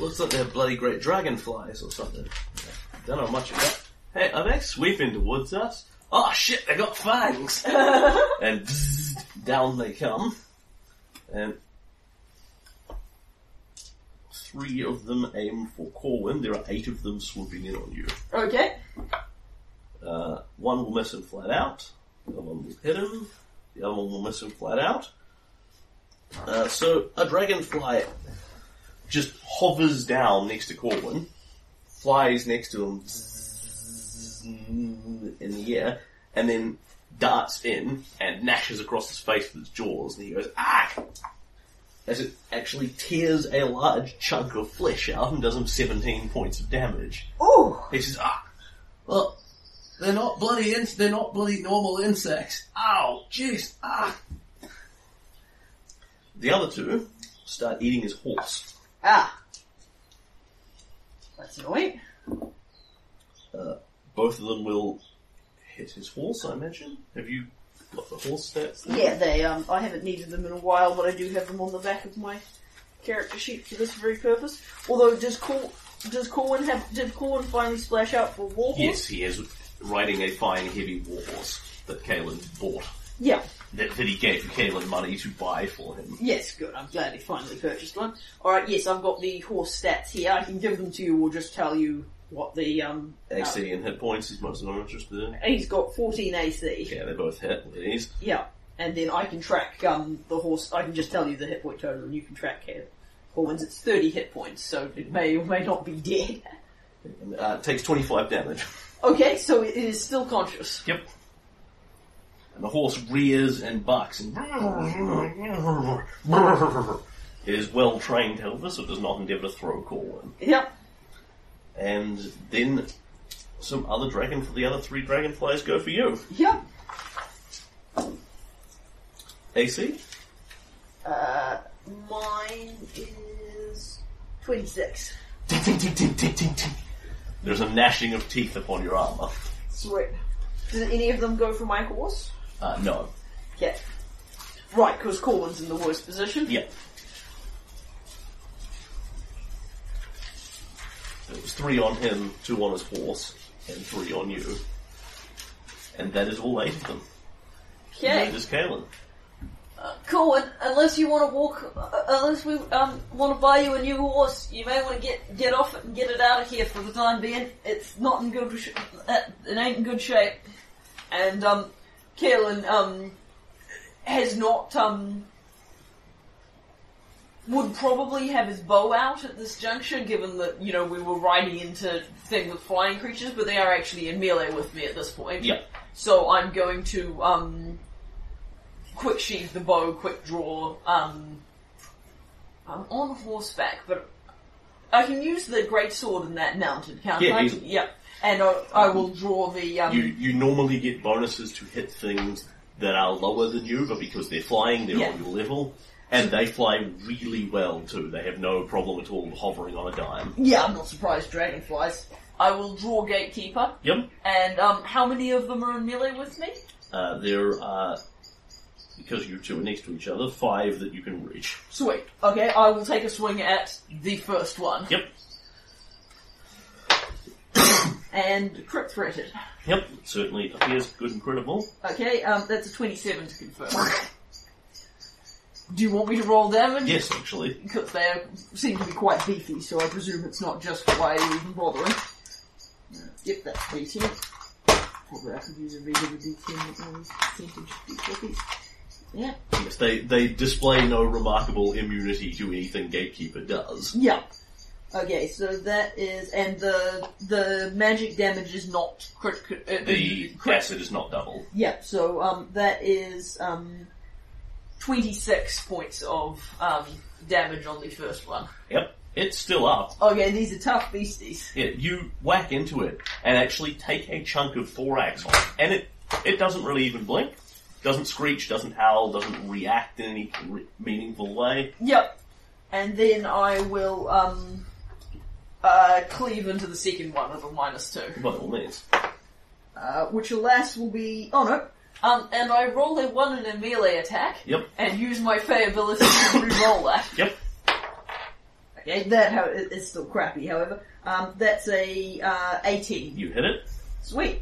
Speaker 1: looks like they're bloody great dragonflies or something. Don't know much about. Hey, are they sweeping towards us? Oh shit, they got fangs! and bzzz, down they come. And three of them aim for Corwin. There are eight of them swooping in on you.
Speaker 2: Okay.
Speaker 1: Uh, one will miss him flat out. The other one will hit him. The other one will miss him flat out. Uh, so a dragonfly just hovers down next to Corwin, flies next to him zzzz in the air, and then darts in and gnashes across his face with its jaws, and he goes ah, as it actually tears a large chunk of flesh out and does him seventeen points of damage.
Speaker 2: Ooh.
Speaker 1: He says, ah, well, they're not bloody, in- they're not bloody normal insects. Ow, jeez, ah. The other two start eating his horse.
Speaker 2: Ah. That's annoying.
Speaker 1: Both of them will hit his horse, I imagine. Have you got the horse stats?
Speaker 2: Yeah, they, um, I haven't needed them in a while, but I do have them on the back of my character sheet for this very purpose. Although, does Cor- does Corwin have, did Corwin finally splash out for Warhorse?
Speaker 1: Yes, he is riding a fine, heavy war horse that Kalen bought.
Speaker 2: Yeah.
Speaker 1: That, that he gave Kalen money to buy for him.
Speaker 2: Yes, good. I'm glad he finally purchased one. Alright, yes, I've got the horse stats here. I can give them to you or just tell you what the, um, uh,
Speaker 1: AC and hit points is mostly what I'm interested in.
Speaker 2: he's got 14 AC.
Speaker 1: Yeah, they both hit with these.
Speaker 2: Yeah, and then I can track um, the horse. I can just tell you the hit point total, and you can track Caleb. Corwin's it's thirty hit points, so it may or may not be dead.
Speaker 1: Uh, it takes 25 damage.
Speaker 2: Okay, so it is still conscious.
Speaker 1: Yep. And the horse rears and barks and it is well trained, however, so it does not endeavour to throw Corwin.
Speaker 2: Yep.
Speaker 1: And then some other dragon for the other three dragonflies go for you.
Speaker 2: Yep.
Speaker 1: AC?
Speaker 2: Uh, mine is twenty-six.
Speaker 1: Tick, tick, tick, tick, tick, tick, tick. There's a gnashing of teeth upon your armour.
Speaker 2: Sweet. Does any of them go for my horse?
Speaker 1: Uh, no.
Speaker 2: Yeah. Right, because Corwin's in the worst position.
Speaker 1: Yeah. It was three on him, two on his horse, and three on you. And that is all eight of them.
Speaker 2: Okay.
Speaker 1: That is Kalen.
Speaker 9: Corwin, unless you want to walk, uh, unless we um, want to buy you a new horse, you may want to get get off it and get it out of here for the time being. It's not in good, sh- uh, it ain't in good shape.
Speaker 2: And um, Kaelin um has not um would probably have his bow out at this juncture, given that you know we were riding into thing with flying creatures, but they are actually in melee with me at this point.
Speaker 1: Yeah.
Speaker 2: So I'm going to um quick sheath the bow, quick draw. Um, I'm on horseback, but I can use the great sword in that mounted, can't
Speaker 1: Yeah,
Speaker 2: I?
Speaker 1: easily.
Speaker 2: Yeah. And I, I will draw the um,
Speaker 1: You you normally get bonuses to hit things that are lower than you, but because they're flying, they're
Speaker 2: Yeah.
Speaker 1: on your level. And they fly really well too. They have no problem at all hovering on a dime.
Speaker 2: Yeah, I'm not surprised. Dragonflies. I will draw gatekeeper.
Speaker 1: Yep.
Speaker 2: And um, how many of them are in melee with me?
Speaker 1: Uh, there are, because you two are next to each other, five that you can reach.
Speaker 2: Sweet. Okay, I will take a swing at the first one
Speaker 1: Yep.
Speaker 2: and crit threated.
Speaker 1: Yep, it certainly appears good and credible.
Speaker 2: Okay, um, that's a 27 to confirm. Do you want me to roll damage?
Speaker 1: Yes, actually.
Speaker 2: Because they are, seem to be quite beefy, so I presume it's not just why you're even bothering. Yep, that's 18. Probably I could use a regular d10 on these percentage d Yeah.
Speaker 1: Yes, they, they display no remarkable immunity to anything Gatekeeper does.
Speaker 2: Yeah. Okay, so that is, and the the magic damage is not crit. crit uh,
Speaker 1: The
Speaker 2: uh, crit.
Speaker 1: acid is not double.
Speaker 2: Yeah. So um, that is um, twenty six points of um damage on the first one.
Speaker 1: Yep, it's still up.
Speaker 2: Okay, Oh, these are tough beasties.
Speaker 1: Yeah, you whack into it and actually take a chunk of thorax off, and it it doesn't really even blink, doesn't screech, doesn't howl, doesn't react in any re- meaningful way.
Speaker 2: Yep. And then I will um, uh, cleave into the second one with a minus two,
Speaker 1: By all means,
Speaker 2: uh, which alas will be. Oh no.
Speaker 8: Um, and I roll a one in a melee attack.
Speaker 1: Yep.
Speaker 8: And use my fey ability to re-roll that.
Speaker 2: Okay, that how it- it's still crappy. However, um, that's a uh, eighteen.
Speaker 1: You hit it.
Speaker 2: Sweet.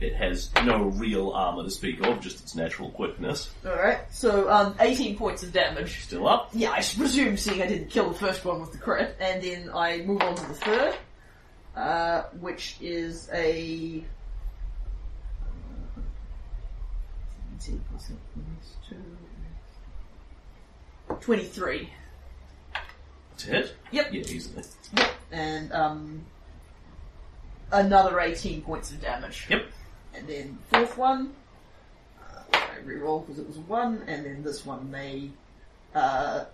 Speaker 1: It has no real armor to speak of, just its natural quickness.
Speaker 2: All right.
Speaker 8: So, um, 18 points of damage.
Speaker 1: Still up.
Speaker 2: Yeah, I should presume seeing I didn't kill the
Speaker 8: First one with the crit.
Speaker 2: and then I move on to the third, uh, which is a. Let's see, what's it? Minus two. 23.
Speaker 1: To hit.
Speaker 2: Yep.
Speaker 1: Yeah, easily.
Speaker 2: And, um, another 18 points of damage.
Speaker 1: Yep.
Speaker 2: And then fourth one, uh, I reroll because it was one, and then this one may, uh,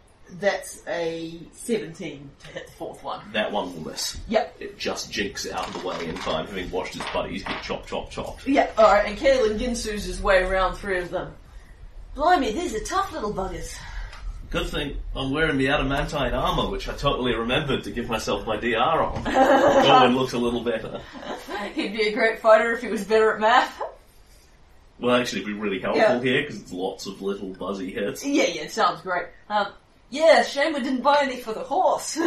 Speaker 2: that's a 17 to hit the fourth one.
Speaker 1: That one will miss.
Speaker 2: Yep.
Speaker 1: It just jinks it out of the way in time, having watched its buddies get chop, chop, chopped.
Speaker 8: Yeah, alright, and Kaelin Ginsu's his way around three of them.
Speaker 7: Blimey, these are tough little buggers.
Speaker 1: Good thing I'm wearing the adamantine armor, which I totally remembered to give myself my DR on. Owen looks a little better.
Speaker 8: He'd be a great fighter if he was better at math.
Speaker 1: Well, actually, it'd be really helpful here 'cause here because it's lots of little buzzy hits.
Speaker 8: Yeah, yeah, sounds great. Um, yeah, shame we didn't buy any for the horse.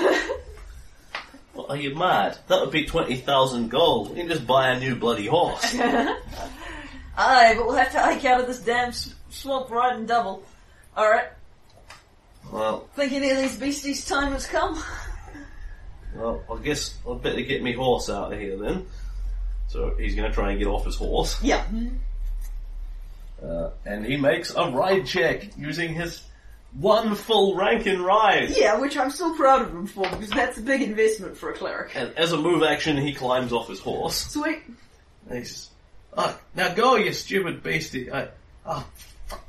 Speaker 1: What, are you mad? That would be 20,000 gold. You can just buy a new bloody horse.
Speaker 8: Aye, but we'll have to hike out of this damn s- swamp riding double. Alright,
Speaker 1: well,
Speaker 8: think any of these beasties' time has come?
Speaker 1: well, I guess I'd better get me horse out of here then. So he's going to try and get off his horse.
Speaker 2: Yeah.
Speaker 8: Hmm?
Speaker 1: Uh, and he makes a ride check using his one full rank in ride.
Speaker 2: Yeah, which I'm still proud of him for because that's a big investment for a cleric.
Speaker 1: And as a move action, he climbs off his horse.
Speaker 2: Sweet.
Speaker 1: And he says, oh, now go, you stupid beastie. I, oh, fuck.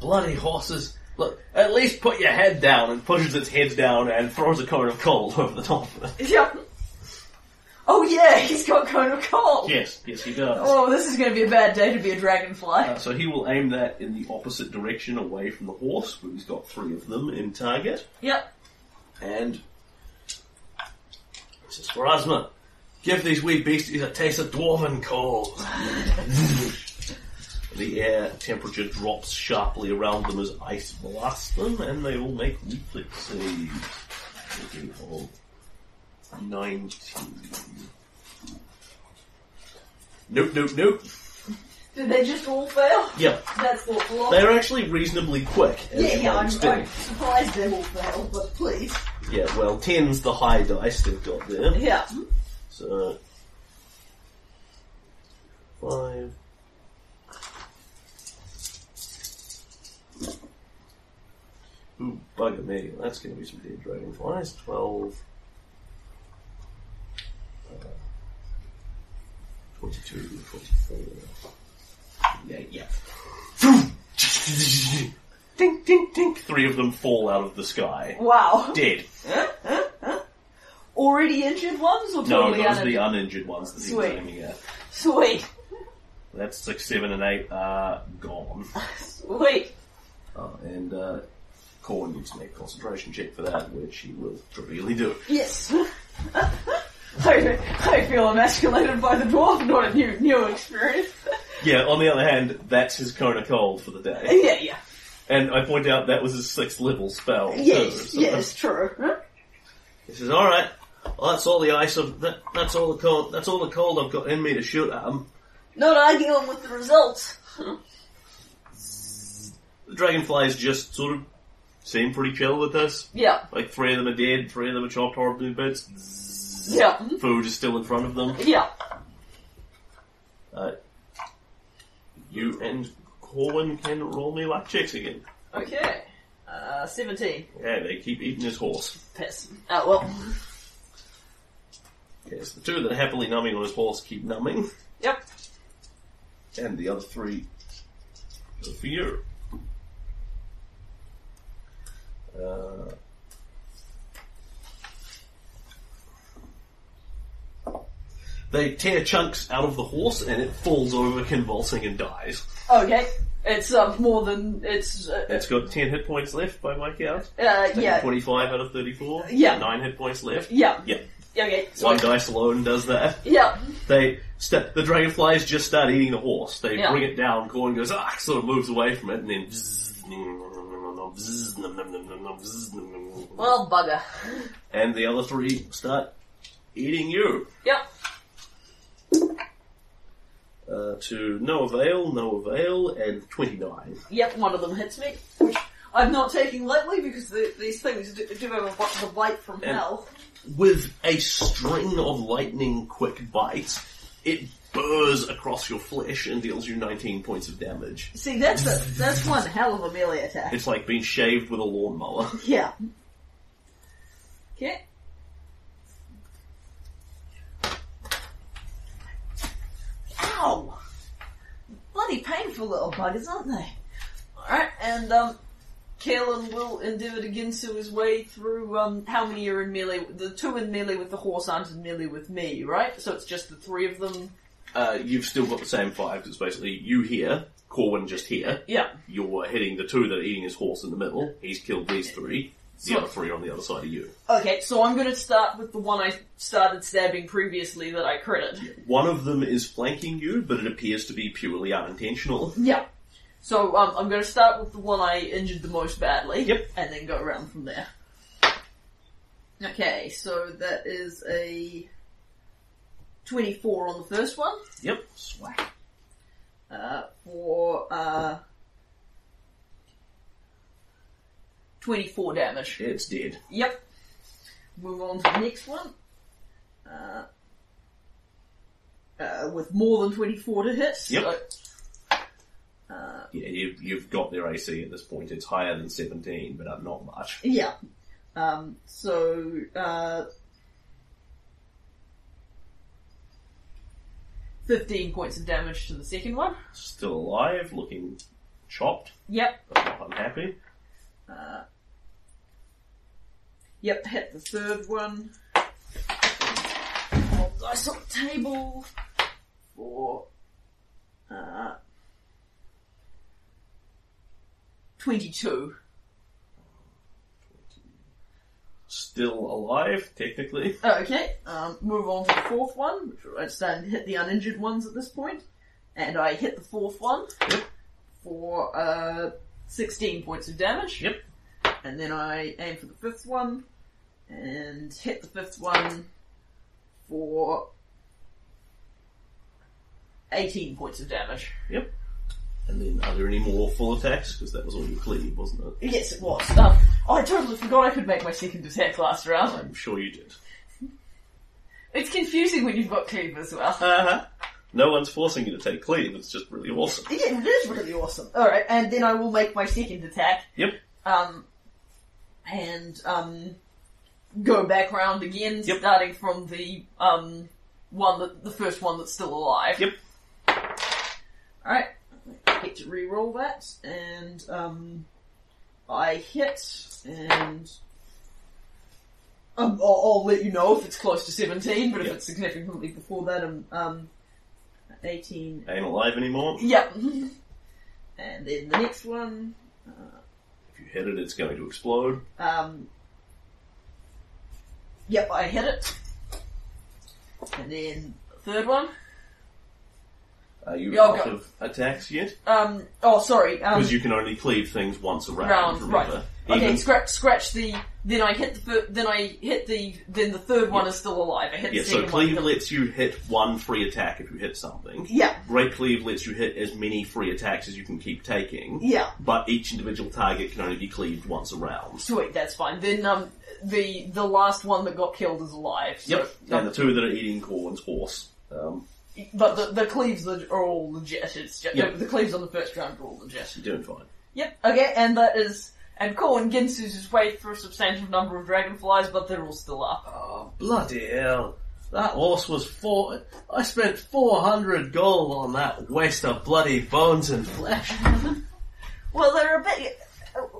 Speaker 1: Bloody horses. Look, at least put your head down and pushes its head down and throws a cone of cold over the top of it.
Speaker 2: Yep.
Speaker 8: Oh yeah, he's got cone of cold!
Speaker 1: Yes, yes he does.
Speaker 8: Oh, this is gonna be a bad day to be a dragonfly.
Speaker 1: Uh, so he will aim that in the opposite direction away from the horse, but he's got three of them in target.
Speaker 8: Yep.
Speaker 1: And this is for Asma. Give these wee beasties a taste of dwarven coal. the air temperature drops sharply around them as ice blasts them, and they all make reflex saves. They all 19. Nope, nope, nope.
Speaker 8: Did they just all fail?
Speaker 1: Yeah,
Speaker 8: That's thoughtful.
Speaker 1: they're actually reasonably quick. as
Speaker 2: Yeah, yeah,
Speaker 1: you
Speaker 2: I'm,
Speaker 1: understand.
Speaker 2: I'm surprised they all failed, but please.
Speaker 1: Yeah, well, ten's the high dice they've got there.
Speaker 2: Yeah.
Speaker 1: So five. Ooh, bugger me. That's going to be some dead dragonflies. Twelve. uh, Twenty-two, twenty-four. Yeah, yeah. dink, dink, dink. Three of them fall out of the
Speaker 8: Oh.
Speaker 1: sky.
Speaker 8: Wow.
Speaker 1: Dead.
Speaker 8: Already injured ones or
Speaker 1: No,
Speaker 8: totally
Speaker 1: those are
Speaker 8: uninjured?
Speaker 1: the uninjured ones that he was
Speaker 8: Sweet.
Speaker 1: aiming at.
Speaker 8: Sweet.
Speaker 1: That's six, seven, and eight are gone.
Speaker 8: Sweet.
Speaker 1: Uh, and uh, Corwin needs to make a concentration check for that, which he will trivially do.
Speaker 8: Yes. I, I feel emasculated by the dwarf, not a new new experience.
Speaker 1: Yeah, on the other hand, that's his cone of cold for the day.
Speaker 8: yeah, yeah.
Speaker 1: And I point out that was his sixth level spell. too,
Speaker 2: Yes,
Speaker 1: so-
Speaker 2: yes, true. Huh?
Speaker 1: He says, "All right, well, that's all the ice of that, that's all the cold that's all the cold I've got in me to shoot at him."
Speaker 8: Not arguing with the results.
Speaker 1: The dragonflies just sort of seem pretty chill with this.
Speaker 8: Yeah,
Speaker 1: Like three of them are dead, three of them are chopped horribly to bits.
Speaker 8: yeah,
Speaker 1: Food is still in front of them.
Speaker 8: yeah.
Speaker 1: Uh, you and Corwin can roll me luck checks again.
Speaker 8: Okay. Uh, 17.
Speaker 1: Yeah, they keep eating his horse.
Speaker 8: Piss. Oh, well.
Speaker 1: Yes, the two that are happily numbing on his horse keep numbing,
Speaker 8: Yep.
Speaker 1: and the other three go for you. Uh, they tear chunks out of the horse, and it falls over, convulsing, and dies.
Speaker 8: Okay. It's, uh, more than, it's, uh,
Speaker 1: It's got ten hit points left by my count.
Speaker 8: uh, yeah.
Speaker 1: Twenty-five out of thirty-four.
Speaker 8: Yeah.
Speaker 1: nine hit points left.
Speaker 8: Yeah.
Speaker 1: Yeah,
Speaker 8: Okay.
Speaker 1: one dice alone does that.
Speaker 8: Yeah.
Speaker 1: They st- the dragonflies just start eating the horse. They
Speaker 10: Yeah.
Speaker 1: bring it down, Corn goes, ah, sort of moves away from it, and then bzzz, nom, nom, nom, nom, nom, bzzz, nom, nom, nom, nom, nom, bzzz, nom, nom, nom, nom.
Speaker 10: Well, bugger.
Speaker 1: and the other three start eating you.
Speaker 10: Yep.
Speaker 1: Uh, to no avail, no avail, and 29.
Speaker 2: Yep, one of them hits me, which I'm not taking lightly because the, these things do, do have a bu- the bite from
Speaker 1: And-
Speaker 2: hell.
Speaker 1: With a string of lightning quick bites, it burrs across your flesh and deals you 19 points of damage.
Speaker 10: See, that's a, that's one hell of a melee attack.
Speaker 1: It's like being shaved with a lawnmower.
Speaker 10: Yeah.
Speaker 2: Okay.
Speaker 10: Ow! Bloody painful little buggers, aren't they?
Speaker 2: Alright, and um, Kalen will endeavour to ginsu his way through, um, how many are in melee? The two in melee with the horse aren't in melee with me, right? So it's just the three of them.
Speaker 1: Uh, you've still got the same five, 'cause it's basically you here, Corwin just here,
Speaker 2: Yeah.
Speaker 1: you're hitting the two that are eating his horse in the middle, he's killed these three, the
Speaker 2: So-
Speaker 1: other three are on the other side of you.
Speaker 2: Okay, so I'm gonna start with the one I started stabbing previously that I critted.
Speaker 1: One of them is flanking you, but it appears to be purely unintentional.
Speaker 2: Yeah. So um, I'm gonna start with the one I injured the most badly.
Speaker 1: Yep.
Speaker 2: And then go around from there. Okay, so that is a 24 on the first one.
Speaker 1: Yep, swag.
Speaker 2: Uh, for, uh, 24 damage.
Speaker 1: It's dead.
Speaker 2: Yep. Move on to the next one. Uh, uh, with more than 24 to hit.
Speaker 1: Yep.
Speaker 2: So,
Speaker 1: Yeah, you've, you've got their AC at this point. It's higher than 17, but uh, not much.
Speaker 2: yeah. Um, so, uh, 15 points of damage to the second one.
Speaker 1: Still alive, looking chopped,
Speaker 2: Yep.
Speaker 1: but not unhappy.
Speaker 2: Yep, hit the third one. Roll dice on the table for uh, twenty-two.
Speaker 1: Still alive, technically.
Speaker 2: Okay, um, move on to the fourth one, which I'm starting to hit the uninjured ones at this point, and I hit the fourth one for uh, sixteen points of damage.
Speaker 1: Yep.
Speaker 2: and then I aim for the fifth one, and hit the fifth one for 18 points of damage.
Speaker 1: Yep. And then, are there any more full attacks? Because that was all you cleave, wasn't it?
Speaker 2: Yes, it was. Um, oh, I totally forgot I could make my second attack last round.
Speaker 1: I'm sure you did.
Speaker 2: It's confusing when you've got cleave as well.
Speaker 1: Uh-huh. No one's forcing you to take cleave. It's just really awesome.
Speaker 2: Yeah, it is really awesome. Alright, and then I will make my second attack,
Speaker 1: Yep.
Speaker 2: um, and, um, go back round again,
Speaker 1: Yep.
Speaker 2: starting from the, um, one that, the first one that's still alive.
Speaker 1: Yep.
Speaker 2: Alright. Get to re-roll that, and um, I hit, and um, I'll, I'll let you know if it's close to 17, but if
Speaker 1: Yep.
Speaker 2: it's significantly before that, um, um 18.
Speaker 1: Ain't alive anymore.
Speaker 2: Yep. And then the next one,
Speaker 1: If you hit it, it's going to explode.
Speaker 2: um, yep, I hit it. And then the third one,
Speaker 1: Are you
Speaker 2: Yeah, I'll
Speaker 1: out
Speaker 2: go.
Speaker 1: of attacks yet?
Speaker 2: um, oh sorry, um,
Speaker 1: Because you can only cleave things once a round,
Speaker 2: Round,
Speaker 1: remember?
Speaker 2: Okay,
Speaker 1: Even-
Speaker 2: scratch, scratch the. Then I hit the. fir- Then I hit the. Then the third one is still alive. I hit
Speaker 1: yeah,
Speaker 2: the
Speaker 1: so
Speaker 2: second
Speaker 1: cleave
Speaker 2: one.
Speaker 1: lets you hit one free attack if you hit something.
Speaker 2: Yeah,
Speaker 1: Great cleave lets you hit as many free attacks as you can keep taking.
Speaker 2: yeah.
Speaker 1: But each individual target can only be cleaved once a round.
Speaker 2: Sweet, that's fine. Then um, the the last one that got killed is alive. So, um,
Speaker 1: Yep. And the two that are eating Corwin's horse. Um,
Speaker 2: But the, the cleaves are are all legit. It's just,
Speaker 1: Yep.
Speaker 2: the cleaves on the first round are all legit.
Speaker 1: you're doing fine.
Speaker 2: Yep. Okay, and that is. And Corwin Ginsu's his way through a substantial number of dragonflies, but they're all still up.
Speaker 1: Oh, bloody hell. That horse was four. I spent 400 gold on that waste of bloody bones and flesh.
Speaker 2: Well, they're a bit.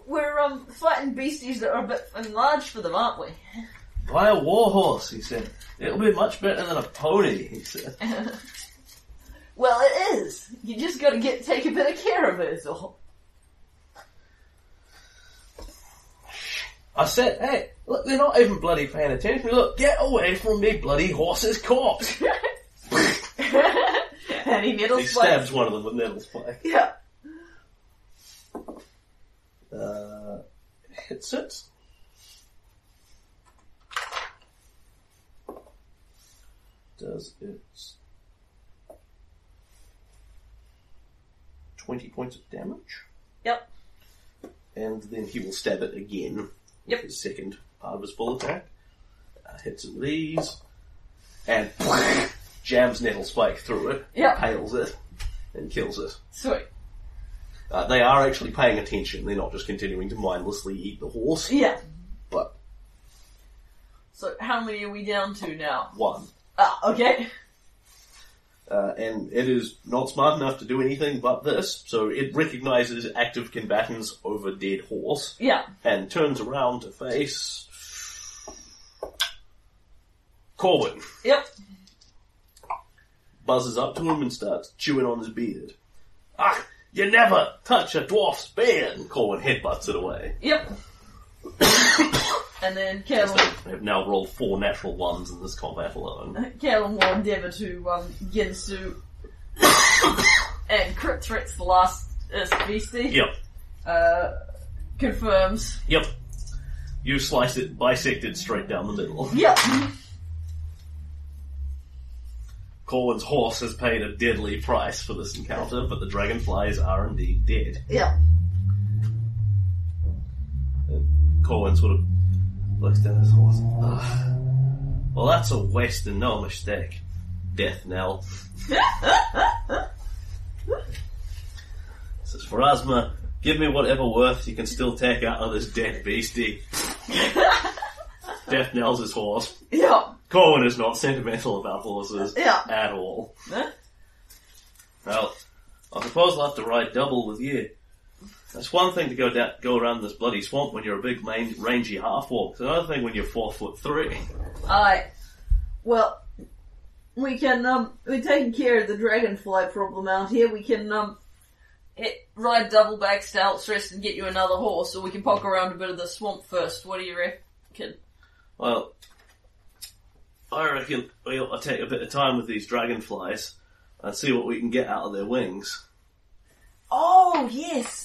Speaker 2: We're um fighting beasties that are a bit enlarged for them, aren't we?
Speaker 1: Buy a war horse, he said. It'll be much better than a pony, he said.
Speaker 2: Well, it is. You just gotta get take a bit of care of it, is all.
Speaker 1: I said, hey, look, they're not even bloody paying attention. Look, get away from me bloody horse's corpse.
Speaker 2: any needle
Speaker 1: He stabs one of them with nettle spike.
Speaker 2: Yeah.
Speaker 1: Uh, hits it. Does it twenty points of damage?
Speaker 2: Yep.
Speaker 1: And then he will stab it again.
Speaker 2: Yep.
Speaker 1: With his second part of his full attack. Uh, hits it with ease. And jams nettle spike through it.
Speaker 2: Yep.
Speaker 1: Impales it. And kills it.
Speaker 2: Sweet.
Speaker 1: Uh, they are actually paying attention. They're not just continuing to mindlessly eat the horse,
Speaker 2: Yeah.
Speaker 1: but
Speaker 2: So how many are we down to now?
Speaker 1: one.
Speaker 2: Ah, okay.
Speaker 1: Uh, and it is not smart enough to do anything but this, so it recognizes active combatants over dead horse
Speaker 2: Yeah.
Speaker 1: and turns around to face Corwin.
Speaker 2: Yep.
Speaker 1: Buzzes up to him and starts chewing on his beard. Ah, you never touch a dwarf's beard! And Corwin headbutts it away.
Speaker 2: Yep. and then Caleb,
Speaker 1: I've now rolled four natural ones in this combat alone.
Speaker 2: Caleb will endeavour to um, get us to and crit threats the last is beastie.
Speaker 1: Yep.
Speaker 2: Uh, confirms.
Speaker 1: Yep. You slice it, bisected straight down the middle.
Speaker 2: Yep.
Speaker 1: Corwin's horse has paid a deadly price for this encounter, but the dragonflies are indeed dead.
Speaker 2: Yep.
Speaker 1: Corwin sort of looks down at his horse. Ugh. Well, that's a waste and no mistake. Death knell. Says for Asma, give me whatever worth you can still take out of this dead beastie. Death knells his horse.
Speaker 2: Yep.
Speaker 1: Corwin is not sentimental about horses
Speaker 2: Yeah.
Speaker 1: at all.
Speaker 2: Huh?
Speaker 1: Well, I suppose I'll have to ride double with you. It's one thing to go down, go around this bloody swamp when you're a big, main, rangy half orc. It's another thing when you're four foot three.
Speaker 2: Alright. Well, we can, um, we're taking care of the dragonfly problem out here. We can, um, it, ride double back stout stress and get you another horse, or we can poke around a bit of the swamp first. What do you reckon?
Speaker 1: Well, I reckon we ought to take a bit of time with these dragonflies and see what we can get out of their wings.
Speaker 11: Oh yes.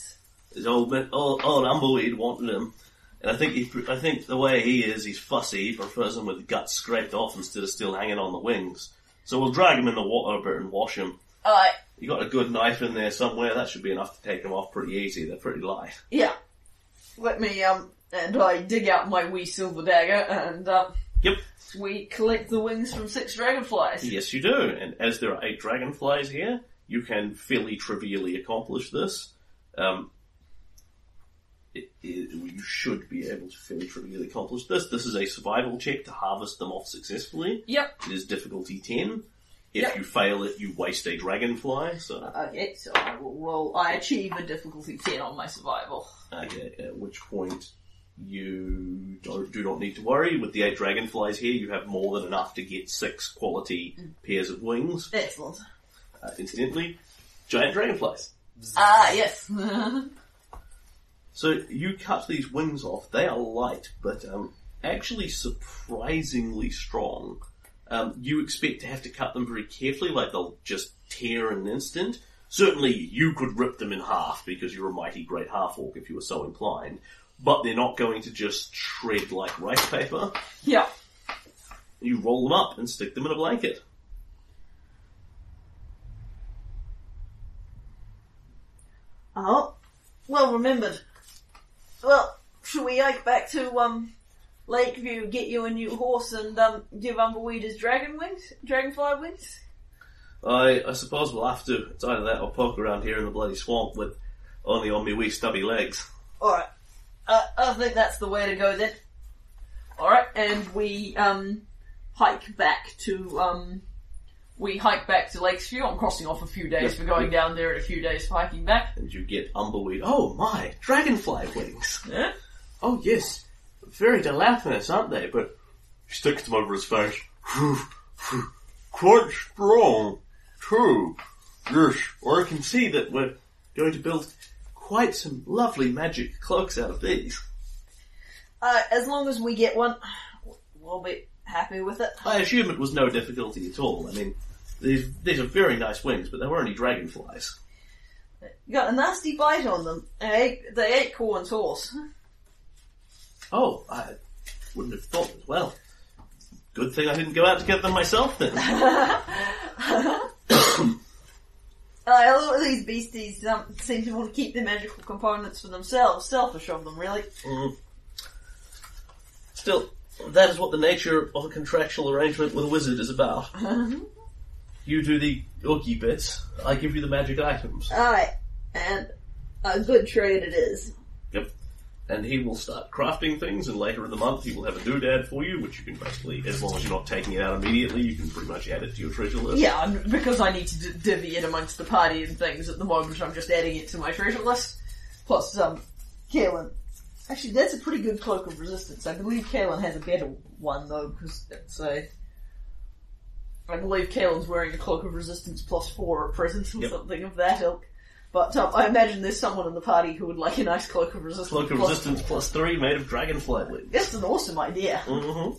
Speaker 1: There's old, Mi- old, old Umbleweed wanted him. And I think he, pre- I think the way he is, he's fussy. He prefers them with the guts scraped off instead of still hanging on the wings. So we'll drag him in the water a bit and wash him.
Speaker 2: Alright.
Speaker 1: You got a good knife in there somewhere. That should be enough to take them off pretty easy. They're pretty light.
Speaker 2: Yeah. Let me, um, and I dig out my wee silver dagger, and, um,
Speaker 1: Yep.
Speaker 2: we collect the wings from six dragonflies.
Speaker 1: Yes, you do. And as there are eight dragonflies here, you can fairly trivially accomplish this. Um, it, it- you should be able to fairly trivially accomplish this. This is a survival check to harvest them off successfully.
Speaker 2: Yep.
Speaker 1: It is difficulty 10. If
Speaker 2: Yep.
Speaker 1: you fail it, you waste a dragonfly. So,
Speaker 2: Okay, so I will roll, I achieve a difficulty 10 on my survival.
Speaker 1: okay, uh, at which point you don't, do not need to worry. With the eight dragonflies here, you have more than enough to get six quality pairs of wings.
Speaker 2: Excellent.
Speaker 1: Uh, incidentally, giant dragonflies.
Speaker 2: Ah, yes.
Speaker 1: So you cut these wings off. They are light, but um, actually surprisingly strong. Um, you expect to have to cut them very carefully, like they'll just tear in an instant. Certainly, you could rip them in half because you're a mighty great half orc if you were so inclined. But they're not going to just shred like rice paper.
Speaker 2: yeah.
Speaker 1: You roll them up and stick them in a blanket.
Speaker 2: Oh, well remembered. Well, should we hike back to um Lakeview, get you a new horse, and um give Umberweed his dragon wings, dragonfly wings?
Speaker 1: I, I suppose we'll have to. It's either that or poke around here in the bloody swamp with only on me wee stubby legs.
Speaker 2: All right, uh, I think that's the way to go then. All right, and we um hike back to um we hike back to Lakeview. I'm crossing off a few days
Speaker 1: Yes.
Speaker 2: for going down there and a few days for hiking back.
Speaker 1: and you get Umbleweed. Oh my, dragonfly wings!
Speaker 2: Yeah.
Speaker 1: Oh yes, very diaphanous, aren't they? But he sticks them over his face. Quite strong, too. Yes, or I can see that we're going to build quite some lovely magic cloaks out of these.
Speaker 2: Uh, as long as we get one, we'll be happy with it.
Speaker 1: I assume it was no difficulty at all. I mean, These, these are very nice wings, but they were only dragonflies.
Speaker 2: You got a nasty bite on them. They ate, they ate Corwin's horse.
Speaker 1: Oh, I wouldn't have thought as well. Good thing I didn't go out to get them myself then.
Speaker 2: Uh, all of these beasties um, seem to want to keep their magical components for themselves. Selfish of them, really.
Speaker 1: Mm. Still, that is what the nature of a contractual arrangement with a wizard is about.
Speaker 2: Uh-huh.
Speaker 1: you do the orky bits, I give you the magic items.
Speaker 2: Alright, and a good trade it is.
Speaker 1: Yep. And he will start crafting things, and later in the month he will have a doodad for you, which you can basically, as long as you're not taking it out immediately, you can pretty much add it to your treasure list.
Speaker 2: Yeah, I'm, because I need to d- divvy it amongst the party and things at the moment, I'm just adding it to my treasure list. Plus, um, Kaelin. Actually, that's a pretty good cloak of resistance. I believe Kaelin has a better one, though, because it's a... I believe Kaelin's wearing a cloak of resistance plus four at present, or
Speaker 1: Yep.
Speaker 2: something of that ilk. But um, I imagine there's someone in the party who would like a nice cloak of resistance.
Speaker 1: Cloak of
Speaker 2: plus-
Speaker 1: Resistance plus three made of dragonfly wings.
Speaker 2: It's an awesome idea.
Speaker 1: hmm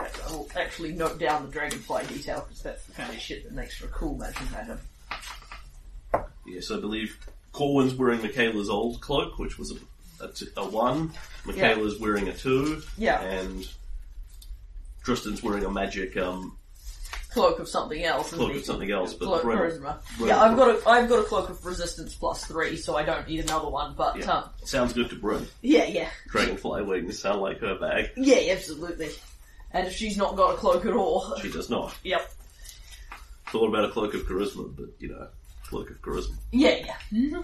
Speaker 2: I'll actually note down the dragonfly detail because that's the kind of shit that makes for a cool magic item.
Speaker 1: Yes, I believe Corwin's wearing Michaela's old cloak, which was a, a, t- a one. Michaela's wearing a two.
Speaker 2: Yeah.
Speaker 1: And Tristan's wearing a magic um,
Speaker 2: Cloak of something else.
Speaker 1: cloak
Speaker 2: isn't
Speaker 1: of
Speaker 2: it?
Speaker 1: something else, but
Speaker 2: Cloak
Speaker 1: Brennan-
Speaker 2: charisma.
Speaker 1: Brennan-
Speaker 2: Yeah, I've got a I've got a cloak of resistance plus three, so I don't need another one. But yeah,
Speaker 1: yeah.
Speaker 2: um,
Speaker 1: Sounds good to Bryn.
Speaker 2: yeah, yeah,
Speaker 1: Dragonfly wings sound like her bag.
Speaker 2: yeah, absolutely. And if she's not got a cloak at all,
Speaker 1: She does not.
Speaker 2: yep,
Speaker 1: Thought about a cloak of charisma, but you know, cloak of charisma.
Speaker 2: yeah, Mm-hmm. yeah.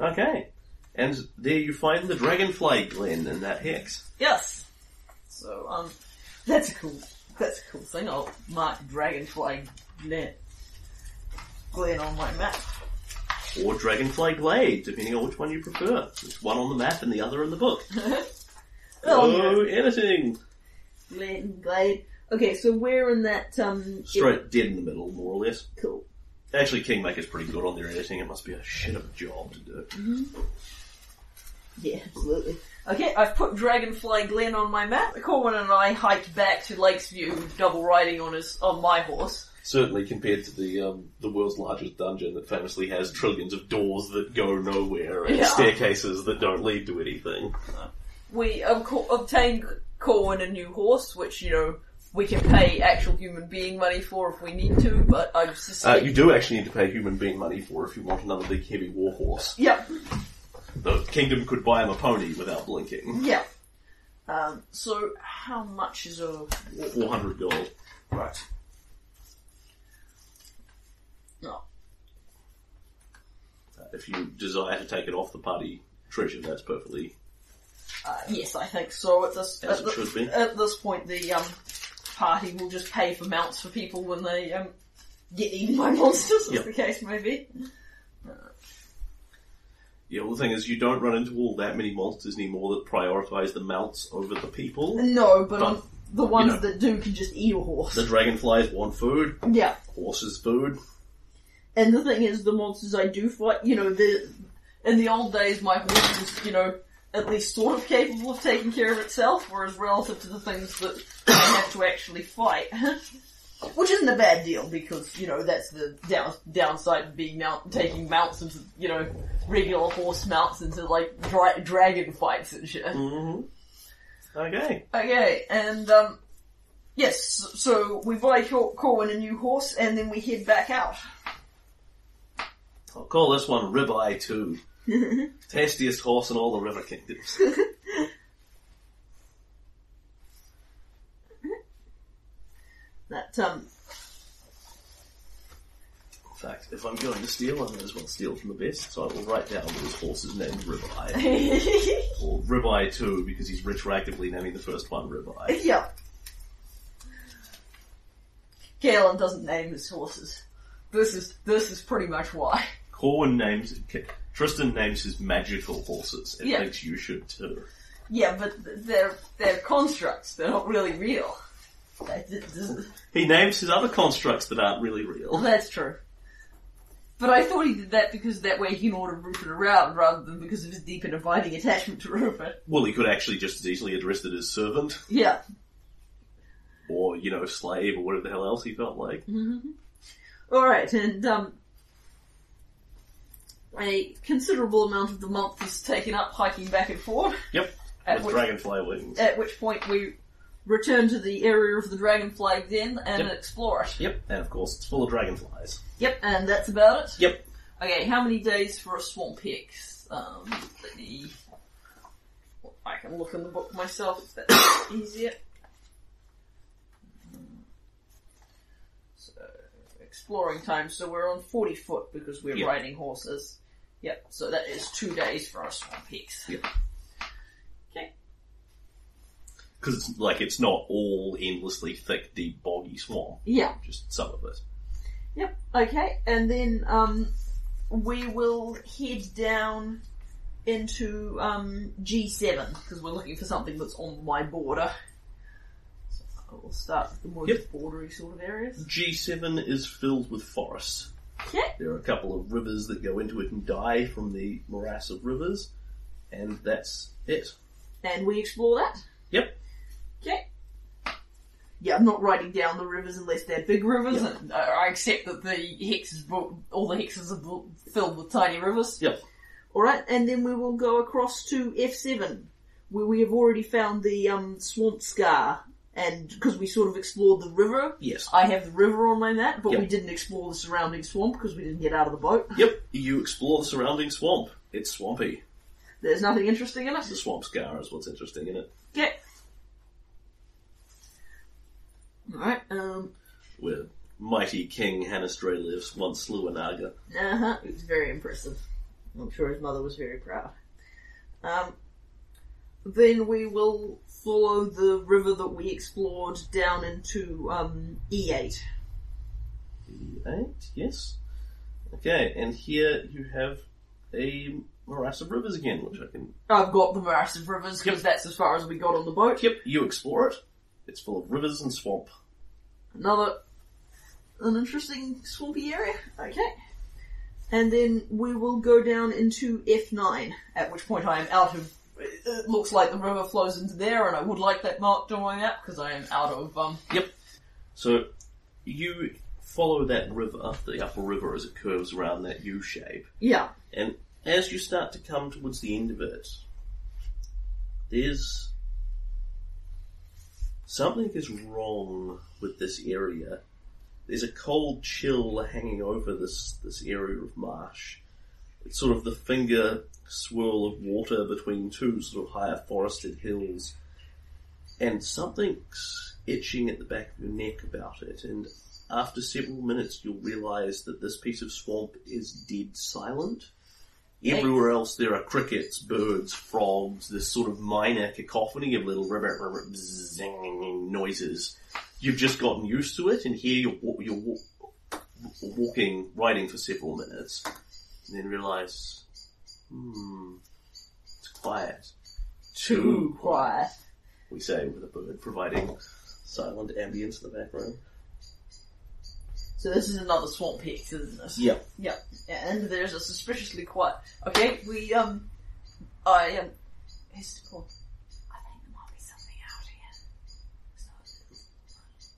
Speaker 1: Okay. And there you find the dragonfly glen in that hex.
Speaker 2: Yes. So um, that's a cool that's a cool thing. I'll mark dragonfly glen glen on my map.
Speaker 1: Or dragonfly glade, depending on which one you prefer. It's one on the map and the other in the book.
Speaker 2: Oh,
Speaker 1: Oh, editing!
Speaker 2: Glen glade. Okay, so we're in that um
Speaker 1: Straight dead in the middle, more or less.
Speaker 2: it- cool.
Speaker 1: Actually, Kingmaker's pretty good on their editing. It must be a shit of a job to do.
Speaker 2: Yeah, absolutely. Okay, I've put Dragonfly Glen on my map. Corwin and I hiked back to Lakesview, double riding on his on my horse.
Speaker 1: Certainly compared to the um, the world's largest dungeon that famously has trillions of doors that go nowhere and
Speaker 2: Yeah.
Speaker 1: staircases that don't lead to anything.
Speaker 2: We of co- obtained Corwin a new horse, which you know we can pay actual human being money for if we need to. But I
Speaker 1: Uh,
Speaker 2: suspect.
Speaker 1: you do actually need to pay human being money for if you want another big heavy war horse.
Speaker 2: Yep.
Speaker 1: The kingdom could buy him a pony without blinking.
Speaker 2: Yeah. Um, so how much is a?
Speaker 1: 400 gold.
Speaker 5: Right.
Speaker 2: No.
Speaker 1: Uh, if you desire to take it off the party treasure, that's perfectly
Speaker 2: Uh, yes, I think so. At this
Speaker 1: As
Speaker 2: at,
Speaker 1: it
Speaker 2: the-
Speaker 1: should be.
Speaker 2: at this point, the um, party will just pay for mounts for people when they um, get eaten by monsters, as
Speaker 1: Yep.
Speaker 2: the case may be.
Speaker 1: Yeah, well, the thing is, you don't run into all that many monsters anymore that prioritize the mounts over the people.
Speaker 2: No, but,
Speaker 1: But,
Speaker 2: um, the ones
Speaker 1: know.
Speaker 2: that do can just eat a horse.
Speaker 1: The dragonflies want food,
Speaker 2: yeah,
Speaker 1: horses food.
Speaker 2: and the thing is, the monsters I do fight, you know, the in the old days, my horse was, you know, at least sort of capable of taking care of itself, whereas relative to the things that I have to actually fight. Which isn't a bad deal because you know that's the down, downside of being mount, taking mounts into you know regular horse mounts into like dra- dragon fights and shit.
Speaker 1: Mm-hmm. Okay.
Speaker 2: Okay, and um, yes, so we buy Cor- Corwin a new horse, and then we head back out.
Speaker 1: I'll call this one Ribeye 2. Tastiest horse in all the River Kingdoms.
Speaker 2: That um,
Speaker 1: In fact, if I'm going to steal, I may as well steal from the best, so I will write down that his horse's name is Ribeye.
Speaker 2: yeah,
Speaker 1: or Ribeye 2, because he's retroactively naming the first one Ribeye.
Speaker 2: Galen doesn't name his horses. This is this is pretty much why.
Speaker 1: Corwin names... Tristan names his magical horses, and
Speaker 2: Yeah.
Speaker 1: thinks you should too.
Speaker 2: Yeah, but th- they're they're constructs. They're not really real. That- th- th-
Speaker 1: He names his other constructs that aren't really real.
Speaker 2: That's true. But I thought he did that because that way he can order Rupert around rather than because of his deep and abiding attachment to Rupert.
Speaker 1: Well, he could actually just as easily address it as servant.
Speaker 2: Yeah.
Speaker 1: or you know, slave, or whatever the hell else he felt like.
Speaker 2: Mm-hmm. All right, and um, a considerable amount of the month is taken up hiking back and forth.
Speaker 1: Yep.
Speaker 2: At
Speaker 1: with
Speaker 2: which,
Speaker 1: dragonfly wings.
Speaker 2: at which point we return to the area of the dragonfly den and
Speaker 1: Yep.
Speaker 2: explore it.
Speaker 1: Yep, and of course it's full of dragonflies.
Speaker 2: Yep, and that's about it.
Speaker 1: Yep.
Speaker 2: Okay, how many days for a swamp hex? Um, let me- I can look in the book myself if that's easier. So, exploring time, so we're on 40 foot because we're
Speaker 1: Yep.
Speaker 2: riding horses. Yep, so that is two days for our swamp hex.
Speaker 1: Yep. Because like it's not all endlessly thick, deep, boggy swamp.
Speaker 2: Yeah,
Speaker 1: Just some of it.
Speaker 2: Yep. Okay, and then um, we will head down into um, G7 because we're looking for something that's on my border. So we'll start with the more
Speaker 1: Yep.
Speaker 2: bordery sort of areas.
Speaker 1: G7 is filled with forest.
Speaker 2: Okay.
Speaker 1: There are a couple of rivers that go into it and die from the morass of rivers, and that's it.
Speaker 2: And we explore that.
Speaker 1: Yep.
Speaker 2: Okay. Yeah, I'm not writing down the rivers unless they're big rivers.
Speaker 1: Yeah.
Speaker 2: And, uh, I accept that the hexes, bu- all the hexes are bu- filled with tiny rivers.
Speaker 1: Yep.
Speaker 2: Alright, and then we will go across to F7, where we have already found the um, swamp scar, and because we sort of explored the river.
Speaker 1: Yes.
Speaker 2: I have the river on my map, but we
Speaker 1: Yep.
Speaker 2: didn't explore the surrounding swamp because we didn't get out of the boat.
Speaker 1: Yep. You explore the surrounding swamp. It's swampy.
Speaker 2: There's nothing interesting in it.
Speaker 1: The swamp scar is what's interesting in it.
Speaker 2: Okay. Alright, um,
Speaker 1: Where mighty King Hanastray lives once slew a naga.
Speaker 2: Uh huh. It was very impressive. I'm sure his mother was very proud. Um, then we will follow the river that we explored down into um, E8.
Speaker 1: Eight, yes. Okay, and here you have a morass of rivers again, which I can.
Speaker 2: I've got the morass of rivers because that's as far as we got on the boat.
Speaker 1: Yep, you explore it. It's full of rivers and swamp.
Speaker 2: Another an interesting swampy area. Okay. And then we will go down into F9, at which point I am out of. It looks like the river flows into there, and I would like that marked on my map because I am out of um,
Speaker 1: So you follow that river, the upper river as it curves around that U shape,
Speaker 2: yeah
Speaker 1: and as you start to come towards the end of it, there's something is wrong with this area. There's a cold chill hanging over this this area of marsh. It's sort of the finger swirl of water between two sort of higher forested hills, and something's itching at the back of your neck about it. And after several minutes, you'll realise that this piece of swamp is dead silent. Everywhere else, there are crickets, birds, frogs, this sort of minor cacophony of little ribbit, ribbit, zing noises. You've just gotten used to it, and here you're, wa- you're wa- walking, riding for several minutes, and then realise, hmm, it's quiet.
Speaker 2: too quiet.
Speaker 1: we say, with a bird providing silent ambience in the background.
Speaker 2: So this is another swamp hex, isn't it?
Speaker 1: Yeah.
Speaker 2: And there's a suspiciously quiet. Okay, we um, I um, here's the call.
Speaker 12: I think there might be something out here. So,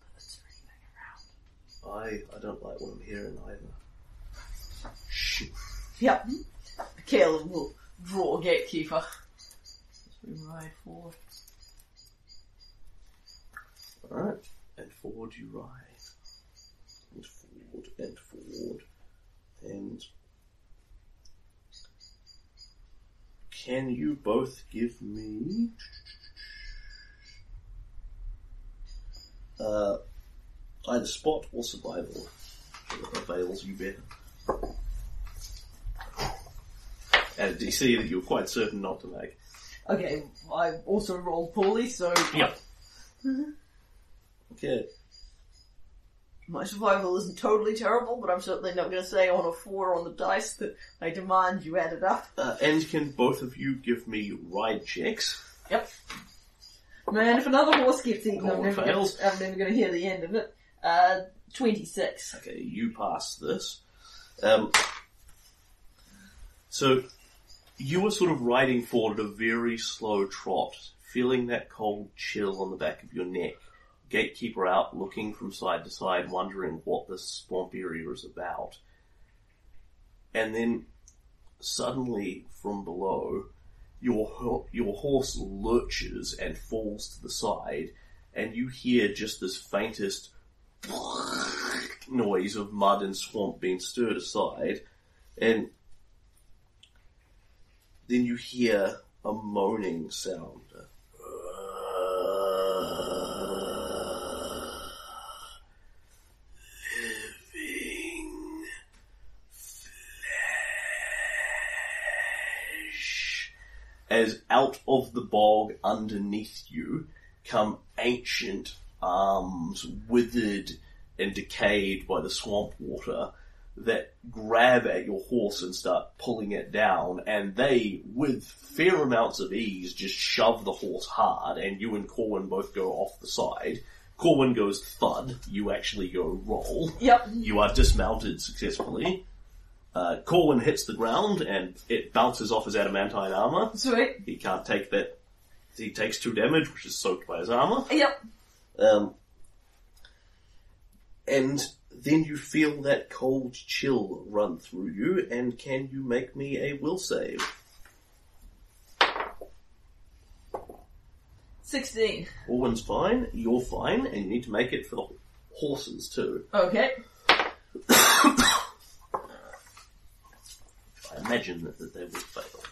Speaker 12: but it's really big around.
Speaker 1: I, I don't like what I'm hearing either. Shh.
Speaker 2: Yep. Caleb will draw a gatekeeper. We ride forward.
Speaker 1: Alright. And forward you ride. And forward and forward. And can you both give me uh, either spot or survival? Whatever avails you better. At a DC that you're quite certain not to make.
Speaker 2: Okay, I also rolled poorly, so
Speaker 1: Yep. Mm-hmm. Okay.
Speaker 2: my survival isn't totally terrible, but I'm certainly not going to say on a four on the dice that I demand you add it up.
Speaker 1: Uh, and can both of you give me ride checks?
Speaker 2: Yep. Man, if another horse gets eaten, I'm
Speaker 1: Horn
Speaker 2: never, gonna,
Speaker 1: fails.
Speaker 2: I'm never gonna hear the end of it. Uh, 26.
Speaker 1: Okay, you pass this. Um, so you were sort of riding forward at a very slow trot, feeling that cold chill on the back of your neck, gatekeeper out, looking from side to side, wondering what this swamp area is about. And then, suddenly, from below, your ho- your horse lurches and falls to the side, and you hear just this faintest noise of mud and swamp being stirred aside, and then you hear a moaning sound. Living flesh. As out of the bog underneath you come ancient arms, withered and decayed by the swamp water, that grab at your horse and start pulling it down, and they, with fair amounts of ease, just shove the horse hard, and you and Corwin both go off the side. Corwin goes thud, you actually go roll.
Speaker 8: Yep.
Speaker 1: You are dismounted successfully. Uh, Corwin hits the ground, and it bounces off his adamantine armor.
Speaker 8: Sweet.
Speaker 1: He can't take that. He takes two damage, which is soaked by his armor.
Speaker 8: Yep.
Speaker 1: Um, and then you feel that cold chill run through you, and can you make me a will save?
Speaker 8: 16.
Speaker 1: Orwin's fine, you're fine, and you need to make it for the horses too.
Speaker 8: Okay.
Speaker 1: I imagine that, that they will fail.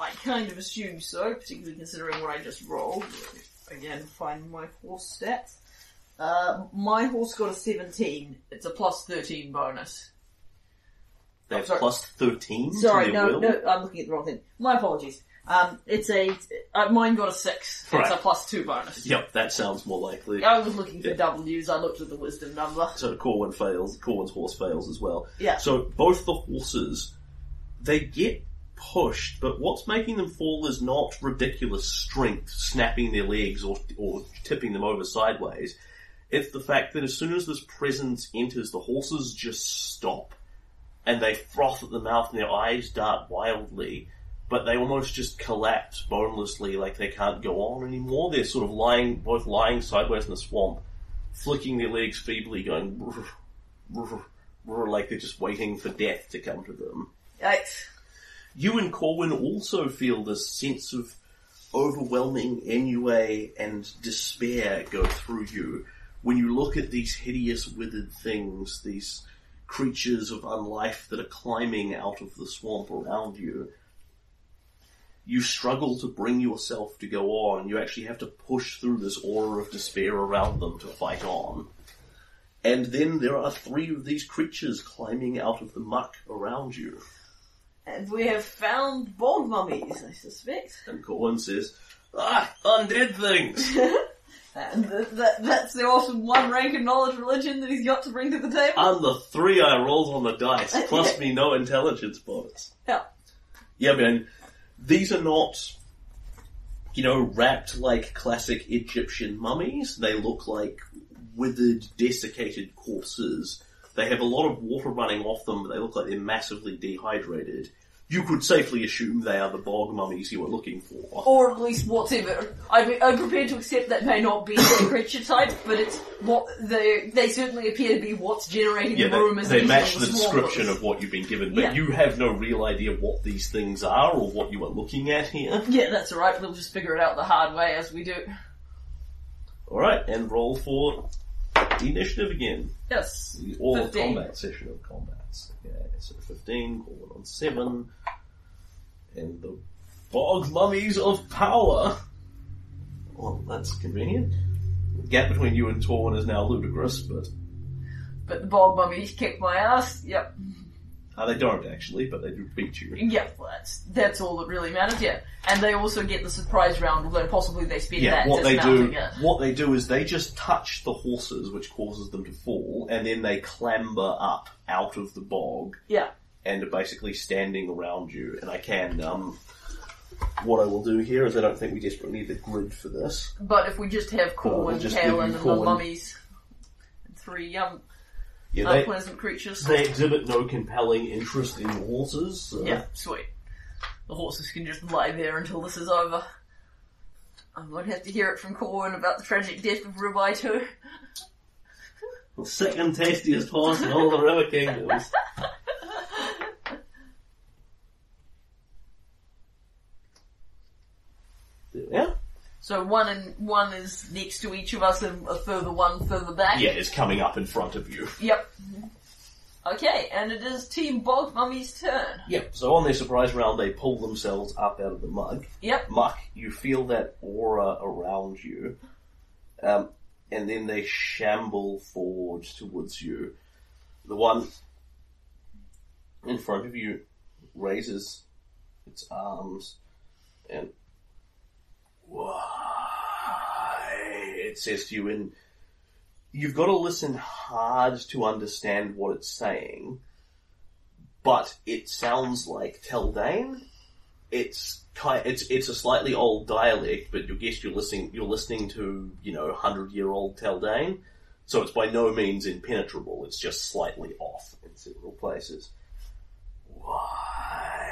Speaker 2: I kind of assume so, particularly considering what I just rolled. Again, find my horse stats. Uh, my horse got a 17. It's a plus 13 bonus.
Speaker 1: They have
Speaker 2: Sorry.
Speaker 1: plus 13
Speaker 2: Sorry,
Speaker 1: to their
Speaker 2: no,
Speaker 1: Hmm. will.
Speaker 2: no, I'm looking at the wrong thing. My apologies. Um, it's a, uh, mine got a 6. It's a
Speaker 1: Right.
Speaker 2: plus 2 bonus.
Speaker 1: Yep, that sounds more likely.
Speaker 2: I was looking for
Speaker 1: Yeah.
Speaker 2: W's, I looked at the wisdom number.
Speaker 1: So Corwin fails, Corwin's horse fails as well.
Speaker 2: Yeah.
Speaker 1: So both the horses, they get pushed, but what's making them fall is not ridiculous strength, snapping their legs or, or tipping them over sideways. It's the fact that as soon as this presence enters, the horses just stop. And they froth at the mouth and their eyes dart wildly, but they almost just collapse bonelessly, like they can't go on anymore. They're sort of lying, both lying sideways in the swamp, flicking their legs feebly, going, "Rrr, rrr, rrr," like they're just waiting for death to come to them
Speaker 2: Yikes.
Speaker 1: you and Corwin also feel this sense of overwhelming ennui and despair go through you when you look at these hideous withered things, these creatures of unlife that are climbing out of the swamp around you. You struggle to bring yourself to go on. You actually have to push through this aura of despair around them to fight on. And then there are three of these creatures climbing out of the muck around you.
Speaker 2: And we have found bog mummies, I suspect.
Speaker 1: And Corwin says, Ah, undead things!
Speaker 2: And th- that, that's the awesome one rank of knowledge religion that he's got to bring to the table.
Speaker 1: I'm the three I rolled on the dice, plus me no intelligence bonus.
Speaker 2: Yeah.
Speaker 1: Yeah, man. These are not, you know, wrapped like classic Egyptian mummies. They look like withered, desiccated corpses. They have a lot of water running off them, but they look like they're massively dehydrated. You could safely assume they are the bog mummies you were looking for.
Speaker 8: Or at least whatever. I mean, I'm prepared to accept that may not be their creature type, but it's what they they certainly appear to be what's generating
Speaker 1: Yeah,
Speaker 8: the
Speaker 1: they,
Speaker 8: rumors.
Speaker 1: they
Speaker 8: and
Speaker 1: match
Speaker 8: all
Speaker 1: the
Speaker 8: swamp
Speaker 1: description
Speaker 8: was.
Speaker 1: of what you've been given, but
Speaker 2: Yeah.
Speaker 1: you have no real idea what these things are or what you are looking at here.
Speaker 2: Yeah, that's alright, we'll just figure it out the hard way as we do.
Speaker 1: Alright, and roll for the initiative again.
Speaker 2: Yes.
Speaker 1: All the
Speaker 2: 15.
Speaker 1: combat session of combats. Okay, so 15, Corwin on 7, and the Bog Mummies of Power. Well, that's convenient. The gap between you and Torwin is now ludicrous, but
Speaker 2: But the bog mummies kicked my ass. Yep.
Speaker 1: uh, they don't actually, but they do beat you.
Speaker 2: Yep, well, that's, that's all that really matters, yeah. And they also get the surprise round, although possibly they spend
Speaker 1: Yeah,
Speaker 2: that
Speaker 1: what they do,
Speaker 2: dismounting it.
Speaker 1: what they do is they just touch the horses, which causes them to fall, and then they clamber up out of the bog
Speaker 2: Yeah.
Speaker 1: and are basically standing around you. And I can, um, what I will do here is I don't think we desperately need the grid for this.
Speaker 2: But if we just have
Speaker 1: we'll
Speaker 2: Corwin,
Speaker 1: just give you
Speaker 2: Halen, and the
Speaker 1: Corwin.
Speaker 2: mummies, and three young,
Speaker 1: Yeah, they,
Speaker 2: unpleasant creatures.
Speaker 1: they exhibit no compelling interest in horses. So.
Speaker 2: Yeah, sweet. The horses can just lie there until this is over.
Speaker 7: I'm going to have to hear it from Corwin about the tragic death of Ribeye too.
Speaker 1: The second tastiest horse in all the River Kingdoms. Yeah?
Speaker 7: So one and one is next to each of us, and a further one further back.
Speaker 5: Yeah, it's coming up in front of you.
Speaker 7: Yep. Okay, and it is Team Bog Mummy's turn.
Speaker 1: Yep. So on their surprise round, they pull themselves up out of the mud.
Speaker 7: Yep.
Speaker 1: Muck, you feel that aura around you. Um, and then they shamble forward towards you. The one in front of you raises its arms and why it says to you in you've got to listen hard to understand what it's saying, but it sounds like Teldane. It's ki- it's it's a slightly old dialect, but you guess you're listening you're listening to you know hundred year old Teldane, so it's by no means impenetrable. It's just slightly off in several places. Why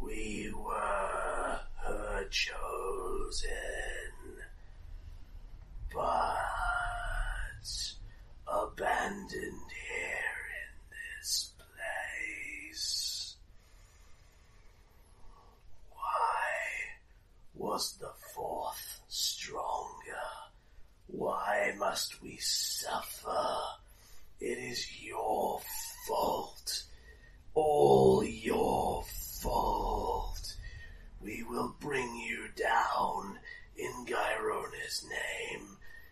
Speaker 1: we were her chosen but abandoned here in this place. Why was the fourth stronger? Why must we suffer? It is your fault. All your fault. We will bring you down in Gyrona's name.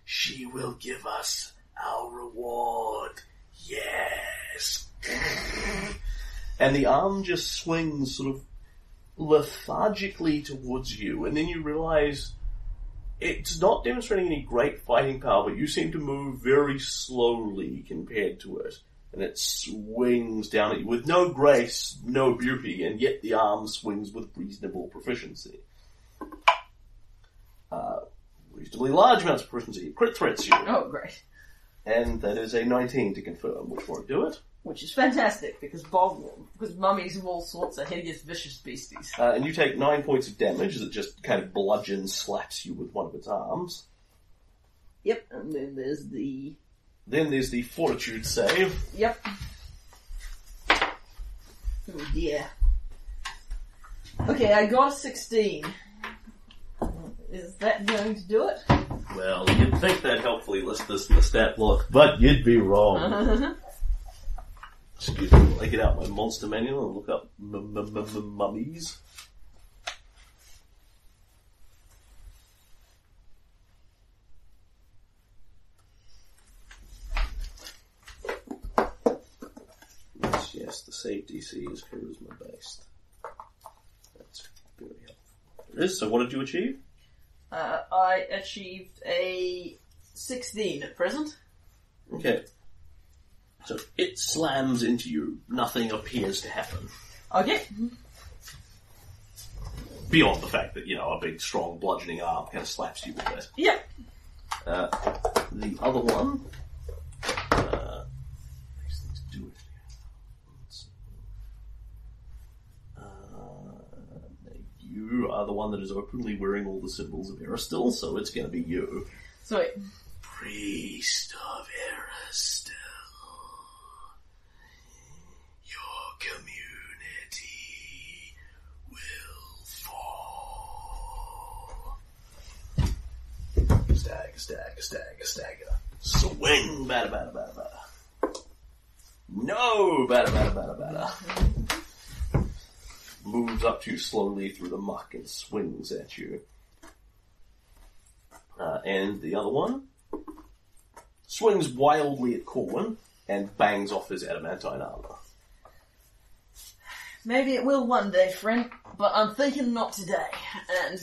Speaker 1: She will give us our reward. Yes. and the arm just swings sort of lethargically towards you, and then you realize it's not demonstrating any great fighting power, but you seem to move very slowly compared to it. And it swings down at you with no grace, no beauty, and yet the arm swings with reasonable proficiency Uh, reasonably large amounts of proficiency. It Crit threats you.
Speaker 2: Oh, great.
Speaker 1: And that is a 19 to confirm, which won't do it.
Speaker 2: Which is fantastic because Bob, because mummies of all sorts are hideous, vicious beasties.
Speaker 1: Uh, and you take 9 points of damage as it just kind of bludgeon slaps you with one of its arms.
Speaker 2: Yep, and then there's the
Speaker 1: Then there's the fortitude save.
Speaker 2: yep. Oh dear. Okay, I got a sixteen. Is that going to do it?
Speaker 5: Well, you'd think that helpfully list this in the stat block, but you'd be wrong.
Speaker 1: Excuse me, while I get out my monster manual and look up m- m- m- m- mummies. Yes, yes, the save DC is charisma based. That's very helpful. It is, so what did you achieve?
Speaker 2: Uh, I achieved a sixteen at present.
Speaker 1: Okay. So it slams into you. Nothing appears to happen.
Speaker 2: Okay.
Speaker 1: Beyond the fact that, you know, a big, strong, bludgeoning arm kind of slaps you with it. Uh,
Speaker 2: Yep.
Speaker 1: the other one. Uh, these things do it. Let's see. Uh, you are the one that is openly wearing all the symbols of Eristil, so it's going to be you.
Speaker 2: Sweet.
Speaker 1: Priest of Eristil. Your community will fall. Stagger, stagger, stagger, stagger. Swing, batter, batter, batter, batter. No, batter, batter, batter, batter. Moves up to you slowly through the muck and swings at you. Uh, and the other one swings wildly at Corwin and bangs off his adamantine armor.
Speaker 2: Maybe it will one day, friend, but I'm thinking not today. And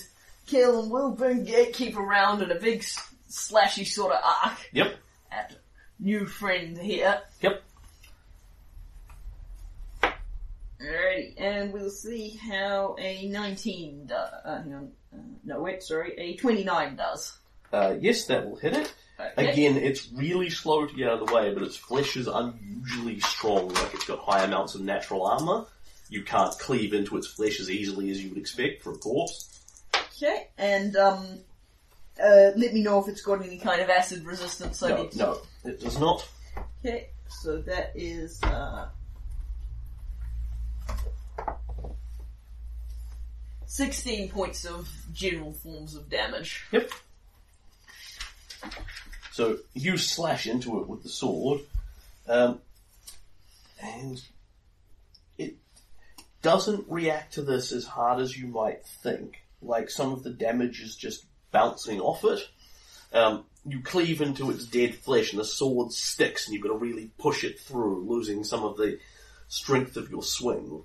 Speaker 2: Kaelin will bring Gatekeep around in a big s- slashy sort of arc
Speaker 1: Yep,
Speaker 2: at new friend here.
Speaker 1: yep.
Speaker 2: Alrighty, and we'll see how a 19 do- uh, hang on, uh, no wait, sorry, a 29 does.
Speaker 1: Uh, yes, that will hit it. Again, it's really slow to get out of the way, but its flesh is unusually strong, like it's got high amounts of natural armor. You can't cleave into its flesh as easily as you would expect for a corpse.
Speaker 2: Okay, and um, uh, let me know if it's got any kind of acid resistance. I
Speaker 1: No,
Speaker 2: need to-
Speaker 1: no, it does not.
Speaker 2: Okay, so that is uh,
Speaker 13: Sixteen points of general forms of damage.
Speaker 1: So you slash into it with the sword, um, and it doesn't react to this as hard as you might think. Like some of the damage is just bouncing off it. Um, you cleave into its dead flesh, and the sword sticks, and you've got to really push it through, losing some of the strength of your swing,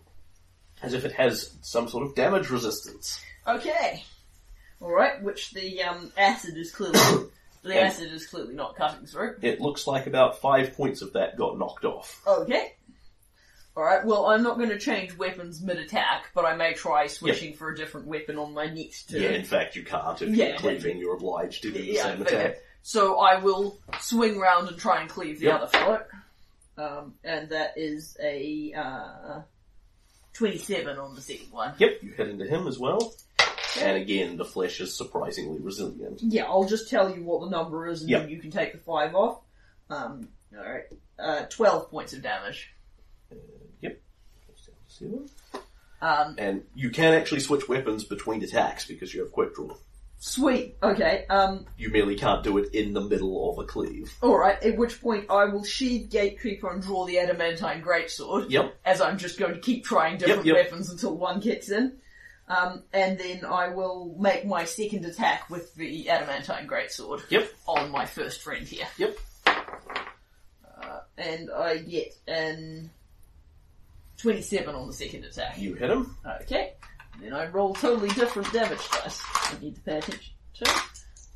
Speaker 1: as if it has some sort of damage resistance.
Speaker 2: okay. All right, which the um, acid is clearly the
Speaker 1: And-
Speaker 2: acid is clearly not cutting through.
Speaker 1: It looks like about five points of that got knocked off.
Speaker 2: Okay. All right. Well, I'm not going to change weapons mid attack, but I may try switching for a different weapon on my next turn.
Speaker 1: Yeah, in fact, you can't. If
Speaker 2: Yeah,
Speaker 1: you're cleaving, you're obliged to do the
Speaker 2: Yeah,
Speaker 1: same
Speaker 2: but-
Speaker 1: attack.
Speaker 2: So I will swing round and try and cleave the
Speaker 1: Yep.
Speaker 2: other fellow. Um, and that is a uh, 27 on the second one.
Speaker 1: Yep, you hit into him as well. And again, the flesh is surprisingly resilient.
Speaker 2: Yeah, I'll just tell you what the number is and
Speaker 1: Yep.
Speaker 2: then you can take the 5 off. Um, alright. Uh, 12 points of damage. Um,
Speaker 1: And you can actually switch weapons between attacks because you have quick draw.
Speaker 2: sweet. Okay. Um,
Speaker 1: You merely can't do it in the middle of a cleave.
Speaker 2: alright. At which point I will sheathe Gatekeeper and draw the Adamantine Greatsword.
Speaker 1: Yep,
Speaker 2: as I'm just going to keep trying different
Speaker 1: Yep, yep.
Speaker 2: weapons until one kicks in. Um, and then I will make my second attack with the adamantine greatsword
Speaker 1: yep,
Speaker 2: on my first friend here.
Speaker 1: yep.
Speaker 2: And I get an 27 on the second attack.
Speaker 1: You hit him.
Speaker 2: Okay. Then I roll totally different damage dice. I need to pay attention to.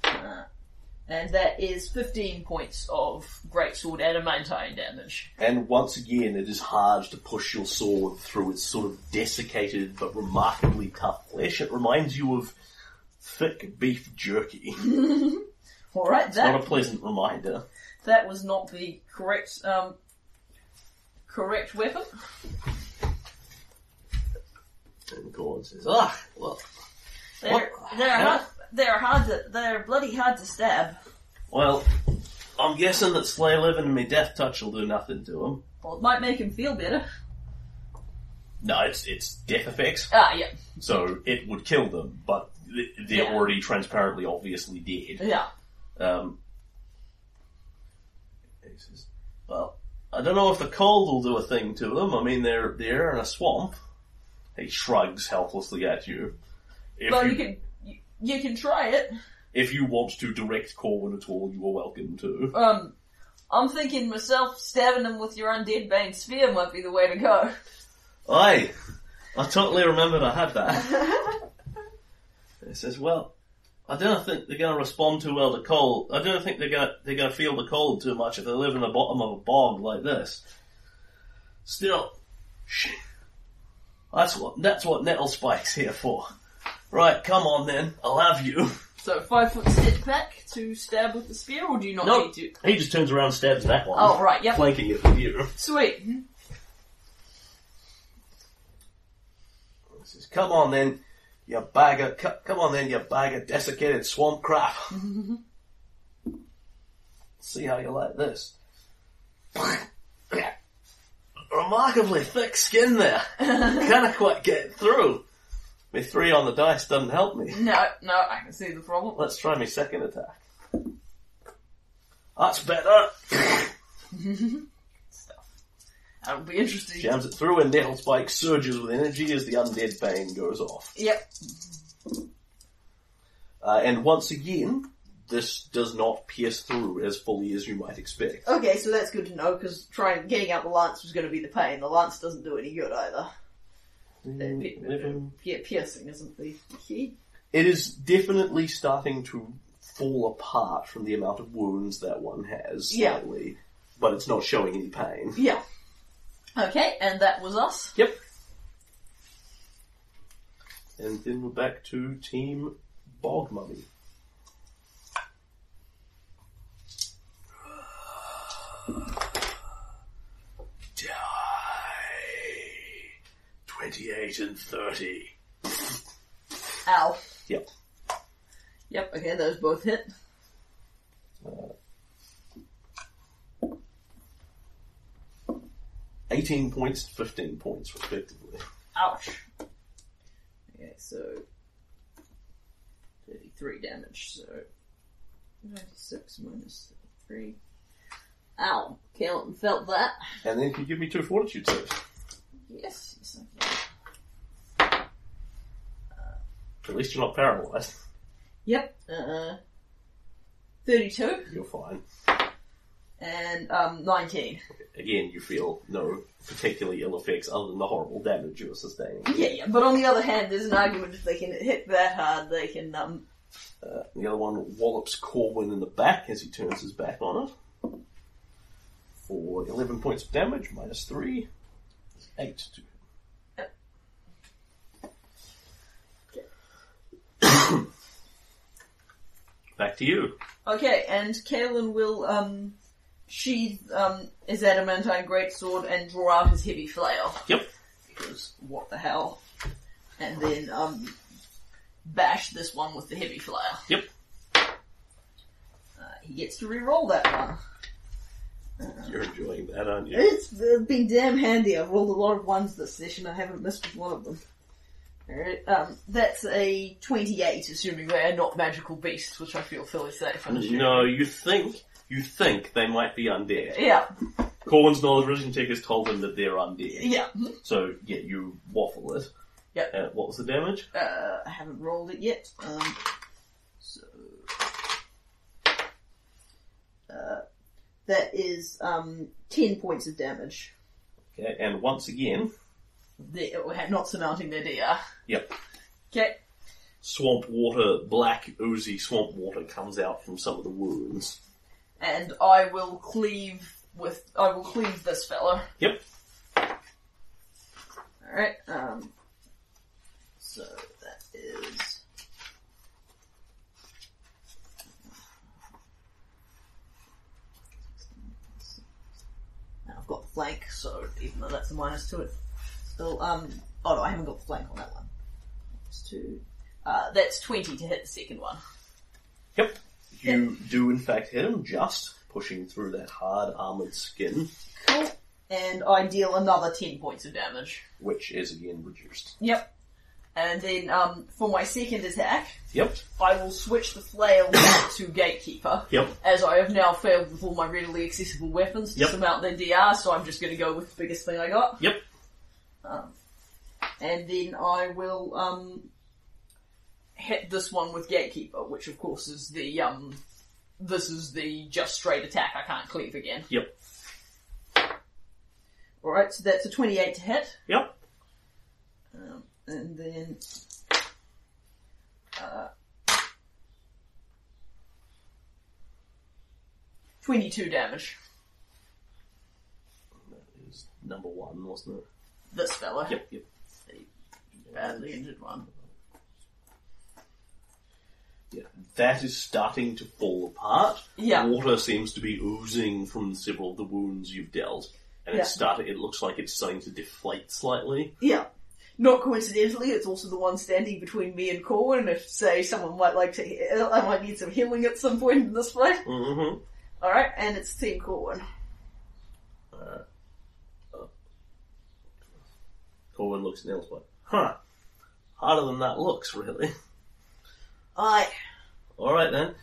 Speaker 2: Uh, and that is 15 points of greatsword adamantine damage.
Speaker 1: And once again, it is hard to push your sword through its sort of desiccated but remarkably tough flesh. It reminds you of thick beef jerky.
Speaker 2: Alright, that
Speaker 1: Not a pleasant reminder.
Speaker 2: That was not the correct um, correct weapon.
Speaker 1: And Gordon says, ah, well,
Speaker 2: They're
Speaker 1: What?
Speaker 2: they're
Speaker 1: Huh?
Speaker 2: hard, they're hard to they're bloody hard to stab.
Speaker 1: Well, I'm guessing that Slay 11 and my Death Touch will do nothing to him.
Speaker 2: Well, it might make him feel better.
Speaker 1: No, it's it's death effects,
Speaker 2: Ah, yeah,
Speaker 1: so it would kill them, but th- they're
Speaker 2: Yeah.
Speaker 1: already transparently, obviously dead.
Speaker 2: yeah.
Speaker 1: Um, he says, well, I don't know if the cold will do a thing to them. I mean, they're they're in a swamp. He shrugs helplessly at you. If
Speaker 2: well,
Speaker 1: you,
Speaker 2: you, can you, you can try it.
Speaker 1: if you want to direct Corwin at all, you are welcome to.
Speaker 2: Um, I'm thinking myself stabbing him with your undead bane spear might be the way to go.
Speaker 1: Aye, I totally remembered I had that. it says, well, I don't think they're going to respond too well to cold. I don't think they're going to they're going to feel the cold too much if they live in the bottom of a bog like this. Still, sh- that's what that's what nettle spikes here for. Right, come on then, I'll have you.
Speaker 2: So five foot step back to stab with the spear, or do you not
Speaker 1: No.
Speaker 2: need to?
Speaker 1: He just turns around and stabs that one,
Speaker 2: Oh, right, yep.
Speaker 1: flanking it with you.
Speaker 2: Sweet.
Speaker 1: He says, "Come on then, you bag of c- come on then, you bag of desiccated swamp crap. See how you like this." Remarkably thick skin there. Can't quite get it through. My three on the dice doesn't help me.
Speaker 2: No, no, I can see the problem.
Speaker 1: Let's try my second attack. That's better.
Speaker 2: That'll be interesting.
Speaker 1: Jams it through and Nettle Spike surges with energy as the undead bane goes off.
Speaker 2: Yep.
Speaker 1: Uh, and once again, this does not pierce through as fully as you might expect.
Speaker 2: Okay, so that's good to know because trying getting out the lance was going to be the pain. The lance doesn't do any good either.
Speaker 1: Mm, It
Speaker 2: Yeah, piercing isn't the key.
Speaker 1: is definitely starting to fall apart from the amount of wounds that one has
Speaker 2: Yeah.
Speaker 1: slightly, but it's not showing any pain.
Speaker 2: Yeah. Okay, and that was us.
Speaker 1: Yep. And then we're back to Team Bog Mummy. Die.
Speaker 14: 28 and 30.
Speaker 2: Ow.
Speaker 1: Yep.
Speaker 2: Yep, okay, those both hit.
Speaker 1: Eighteen points, fifteen points, respectively.
Speaker 2: Ouch. Okay, so 33 damage, so 96 minus 33. Ow. Caleb felt that.
Speaker 1: And then can you give me two fortitude saves?
Speaker 2: Yes, yes I can.
Speaker 1: At least you're not paralyzed.
Speaker 2: Yep. Uh, 32
Speaker 1: You're fine.
Speaker 2: and um, 19.
Speaker 1: Again, you feel no particularly ill effects other than the horrible damage you are sustaining.
Speaker 2: Yeah, yeah, but on the other hand, there's an argument if they can hit that hard, they can, um,
Speaker 1: Uh, the other one wallops Corwin in the back as he turns his back on it. For 11 points of damage, minus 3. 8 to Back to you.
Speaker 2: Okay, and Kaelin will um, sheath um, his adamantine greatsword and draw out his heavy flail.
Speaker 1: Yep.
Speaker 2: Because what the hell? And then um, bash this one with the heavy flail.
Speaker 1: Yep.
Speaker 2: Uh, he gets to re-roll that one.
Speaker 1: You're enjoying that, aren't you?
Speaker 2: It's uh, been damn handy. I've rolled a lot of ones this session. I haven't missed with one of them. Alright, um, that's a 28, assuming they are not magical beasts, which I feel fairly safe. in assuming.
Speaker 1: No, you think you think they might be undead.
Speaker 2: Yeah,
Speaker 1: Corwin's knowledge vision check has told him that they're undead.
Speaker 2: yeah.
Speaker 1: So yeah, you waffle it.
Speaker 2: Yep.
Speaker 1: Uh, what was the damage?
Speaker 2: Uh, I haven't rolled it yet. Um, so uh, that is um, ten points of damage.
Speaker 1: Okay, and once again,
Speaker 2: They, not surmounting their DR.
Speaker 1: yep,
Speaker 2: Okay.
Speaker 1: swamp water, black oozy swamp water comes out from some of the wounds.
Speaker 2: And I will cleave with. I will cleave this fellow.
Speaker 1: Yep.
Speaker 2: All right. Um, so that is. Now I've got flank, so even though that's a minus two, it still um. Oh no, I haven't got flank on that one. Minus two. Uh, that's twenty to hit the second one.
Speaker 1: Yep, you do in fact hit him, just pushing through that hard armored skin,
Speaker 2: Cool. And I deal another ten points of damage.
Speaker 1: which is again reduced.
Speaker 2: Yep. And then um, for my second attack,
Speaker 1: Yep,
Speaker 2: I will switch the flail back to gatekeeper.
Speaker 1: yep,
Speaker 2: as I have now failed with all my readily accessible weapons to
Speaker 1: Yep.
Speaker 2: surmount their DR, so I'm just going to go with the biggest thing I got.
Speaker 1: yep.
Speaker 2: And then I will um, hit this one with Gatekeeper, which of course is the um, this is the just straight attack. I can't cleave again.
Speaker 1: Yep.
Speaker 2: All right, so that's a 28 to hit,
Speaker 1: Yep.
Speaker 2: um, and then. Uh, 22 damage.
Speaker 1: That is number one, wasn't it?
Speaker 2: This fella.
Speaker 1: Yep, yep.
Speaker 2: badly injured one.
Speaker 1: Yeah, that is starting to fall apart.
Speaker 2: Yeah.
Speaker 1: Water seems to be oozing from several of the wounds you've dealt. And
Speaker 2: Yeah.
Speaker 1: it's starting, it looks like it's starting to deflate slightly.
Speaker 2: Yeah. Not coincidentally, it's also the one standing between me and Corwin. If say someone might like to, I might need some healing at some point in this fight.
Speaker 1: Mm-hmm.
Speaker 2: All right, and it's Team Corwin.
Speaker 1: Corwin looks and like, huh, harder than that looks, really.
Speaker 2: I
Speaker 1: Alright then,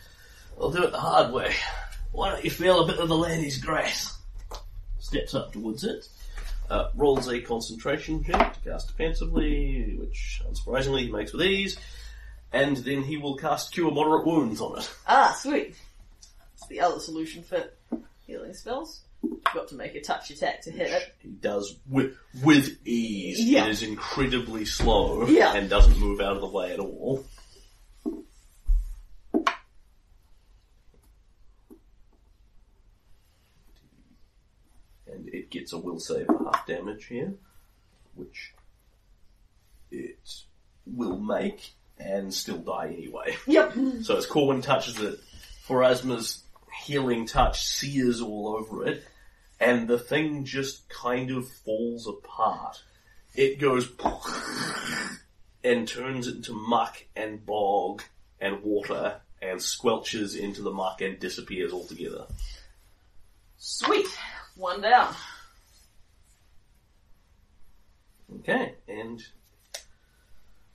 Speaker 1: I'll do it the hard way. Why don't you feel a bit of the lady's grace? Steps up towards it, uh, rolls a concentration check to cast defensively, which unsurprisingly he makes with ease, and then he will cast cure moderate wounds on it.
Speaker 2: ah sweet. It's the other solution for healing spells. You've got to make a touch attack to hit it.
Speaker 1: He does with, with ease.
Speaker 2: Yeah.
Speaker 1: It is incredibly slow
Speaker 2: Yeah.
Speaker 1: and doesn't move out of the way at all. And it gets a will save for half damage here, which it will make and still die anyway.
Speaker 2: Yep.
Speaker 1: So as Corwin touches it, Pharasma's healing touch sears all over it, and the thing just kind of falls apart. it goes and turns into muck and bog and water and squelches into the muck and disappears altogether.
Speaker 2: Sweet. One down.
Speaker 1: Okay, and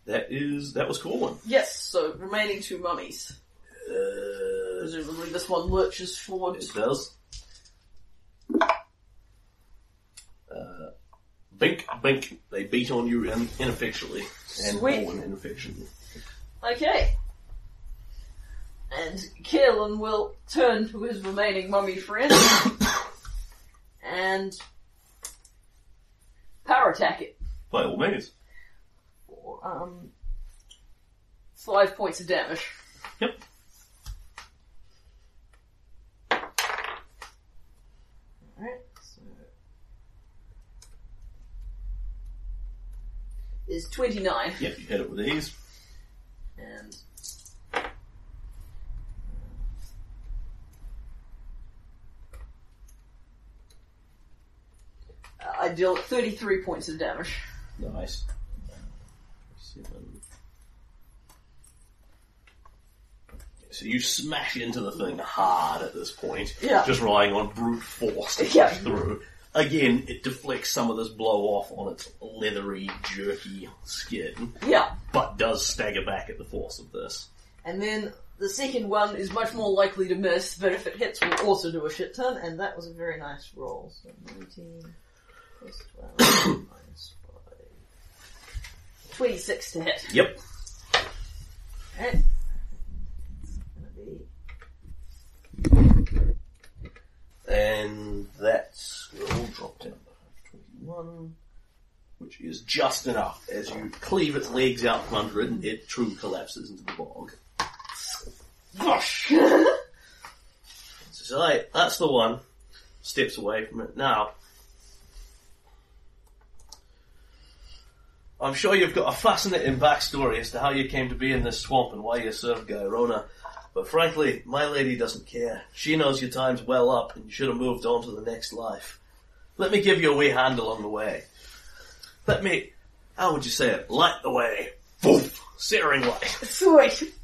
Speaker 1: that is that was cool one.
Speaker 2: Yes, so remaining two mummies.
Speaker 1: Uh,
Speaker 2: Presumably this one lurches forward.
Speaker 1: it does. Uh, bink, bink. They beat on you in, ineffectually and
Speaker 2: Sweet.
Speaker 1: Owen ineffectually.
Speaker 2: Okay. And Kaelin will turn to his remaining mummy friend and power attack it
Speaker 1: By all means.
Speaker 2: for um, five points of damage.
Speaker 1: Yep.
Speaker 2: Alright, so. Is 29
Speaker 1: Yep, you hit it with ease.
Speaker 2: and. I deal 33 points of damage.
Speaker 1: Nice. Seven. So you smash into the thing hard at this point.
Speaker 2: Yeah.
Speaker 1: Just relying on brute force to push
Speaker 2: Yeah.
Speaker 1: through. Again, it deflects some of this blow off on its leathery, jerky skin,
Speaker 2: Yeah.
Speaker 1: but does stagger back at the force of this.
Speaker 2: And then the second one is much more likely to miss, but if it hits, will also do a shit ton, and that was a very nice roll. So 19 plus 12 minus 5. 26 to hit.
Speaker 1: Yep.
Speaker 2: Alright. It's gonna be
Speaker 1: And that will drop down to 21, which is just enough. As you cleave its legs out from under it, and it true collapses into the bog.
Speaker 2: Gosh!
Speaker 1: So like, that's the one. Steps away from it. Now, I'm sure you've got a fascinating backstory as to how you came to be in this swamp and why you served Gairona. But frankly, my lady doesn't care. She knows your time's well up and you should have moved on to the next life. Let me give you a wee hand along the way. Let me, how would you say it? Light the way. Woof! Searing light.
Speaker 2: Sweet!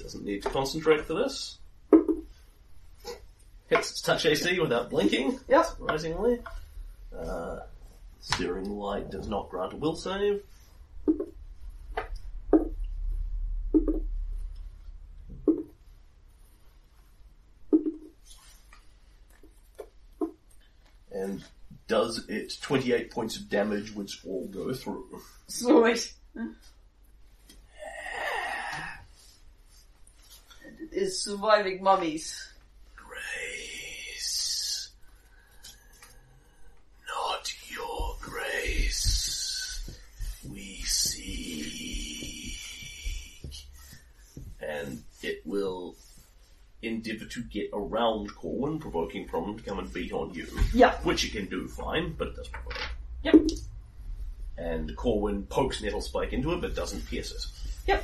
Speaker 1: Doesn't need to concentrate for this. Hits its touch AC without blinking,
Speaker 2: Yep.
Speaker 1: surprisingly. Uh, steering light does not grant a will save. And does it 28 points of damage, which all go through.
Speaker 2: Sweet! And it is surviving mummies.
Speaker 1: grace. Not your grace. We seek. And it will endeavour to get around Corwin, provoking Problem to come and beat on you.
Speaker 2: Yeah.
Speaker 1: Which it can do fine, but it does provoke.
Speaker 2: Yep.
Speaker 1: And Corwin pokes Nettle Spike into it, but doesn't pierce it
Speaker 2: Yep.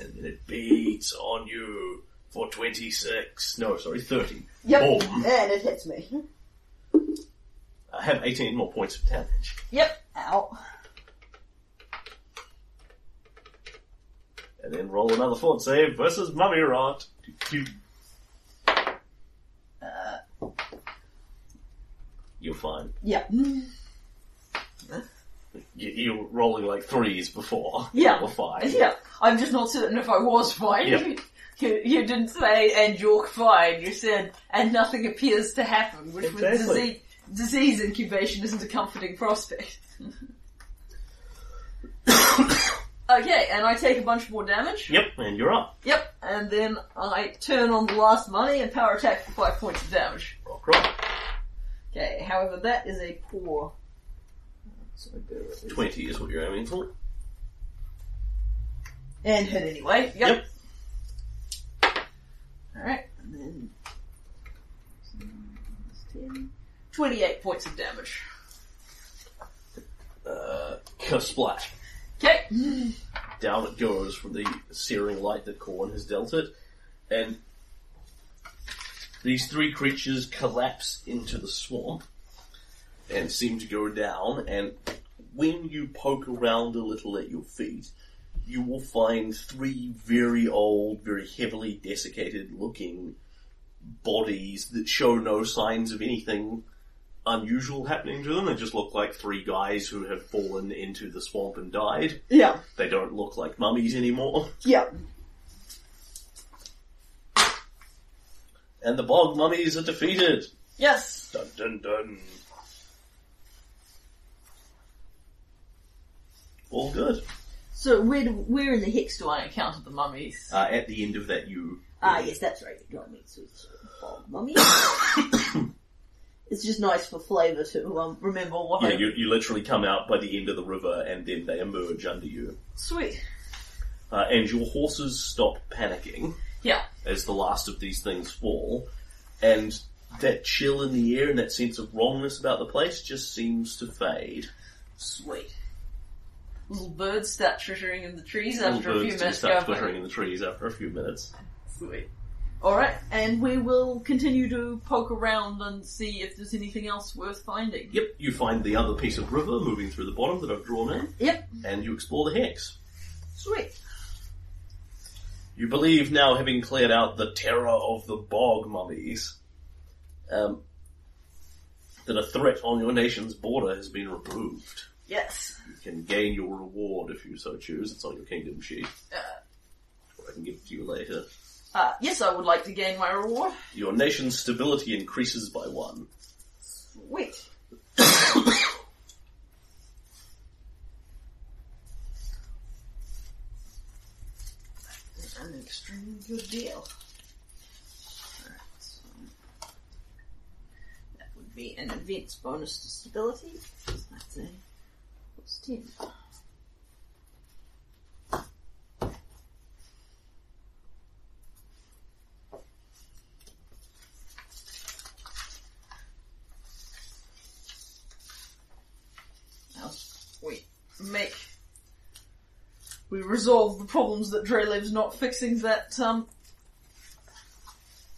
Speaker 1: and then it beats on you for 26. No, sorry, 30.
Speaker 2: Yep.
Speaker 1: Boom.
Speaker 2: And it hits me.
Speaker 1: I have 18 more points of damage.
Speaker 2: Yep. Ow.
Speaker 1: And then roll another fort save versus Mummy Rot. Uh, You're fine.
Speaker 2: Yep.
Speaker 1: You, you were rolling like threes before.
Speaker 2: Yeah.
Speaker 1: You're fine.
Speaker 2: Yeah, I'm just not certain if I was fine.
Speaker 1: Yeah.
Speaker 2: You, you didn't say, and you're fine. You said, and nothing appears to happen, which with disease,
Speaker 1: Exactly.
Speaker 2: disease incubation isn't a comforting prospect. okay, and I take a bunch more damage.
Speaker 1: Yep, and you're up.
Speaker 2: Yep, and then I turn on the last money and power attack for five points of damage.
Speaker 1: Rock, rock.
Speaker 2: Okay, however, that is a poor.
Speaker 1: 20 is what you're aiming for.
Speaker 2: And hit anyway. Yep.
Speaker 1: Yep.
Speaker 2: Alright, and then. 10, 28 points of damage.
Speaker 1: Uh, kersplat.
Speaker 2: Okay.
Speaker 1: down it goes from the searing light that Corn has dealt it, and these three creatures collapse into the swamp. and seem to go down. And when you poke around a little at your feet, you will find three very old, very heavily desiccated looking bodies that show no signs of anything unusual happening to them. They just look like three guys who have fallen into the swamp and died.
Speaker 2: Yeah,
Speaker 1: They don't look like mummies anymore.
Speaker 2: yeah.
Speaker 1: And the bog mummies are defeated.
Speaker 2: Yes.
Speaker 1: Dun dun dun. All good.
Speaker 2: So where, do, where in the hex do I encounter the mummies?
Speaker 1: Uh, at the end of that, you.
Speaker 2: Ah, yes, that's right. You don't mix with bog mummy. it's just nice for flavour to um, remember what.
Speaker 1: Yeah,
Speaker 2: I-
Speaker 1: you, you literally come out by the end of the river and then they emerge under you.
Speaker 2: Sweet.
Speaker 1: Uh, and your horses stop panicking
Speaker 2: Yeah.
Speaker 1: as the last of these things fall. And that chill in the air and that sense of wrongness about the place just seems to fade.
Speaker 2: Sweet. Little birds start twittering in the trees after
Speaker 1: All
Speaker 2: a few
Speaker 1: birds do
Speaker 2: minutes
Speaker 1: start
Speaker 2: go.
Speaker 1: twittering in the trees after a few minutes.
Speaker 2: Sweet. Alright, and we will continue to poke around and see if there's anything else worth finding.
Speaker 1: Yep, you find the other piece of river moving through the bottom that I've drawn in.
Speaker 2: Yep.
Speaker 1: and you explore the hex.
Speaker 2: Sweet.
Speaker 1: You believe now, having cleared out the terror of the bog mummies, um, that a threat on your nation's border has been removed.
Speaker 2: Yes.
Speaker 1: You can gain your reward if you so choose. It's on your kingdom sheet. Or I can give it to you later.
Speaker 2: Uh, yes, I would like to gain my reward.
Speaker 1: Your nation's stability increases by one.
Speaker 2: Sweet.
Speaker 7: An extremely good deal.
Speaker 2: That would be an events bonus to stability. That's a plus 10. Now, we make. We resolve the problems that Drelev's not fixing that, um.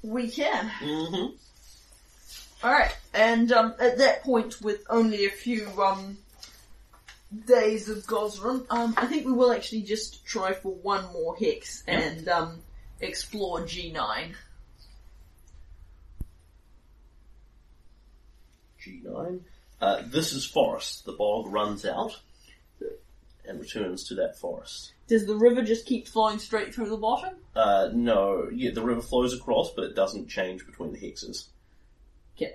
Speaker 2: We can.
Speaker 1: Mm-hmm.
Speaker 2: Alright, and um, at that point, with only a few um, days of Gosram, um, I think we will actually just try for one more hex and um, explore G9.
Speaker 1: G9. Uh, this is forest. The bog runs out and returns to that forest.
Speaker 2: Does the river just keep flowing straight through the bottom?
Speaker 1: Uh, no. Yeah, the river flows across, but it doesn't change between the hexes.
Speaker 2: Okay.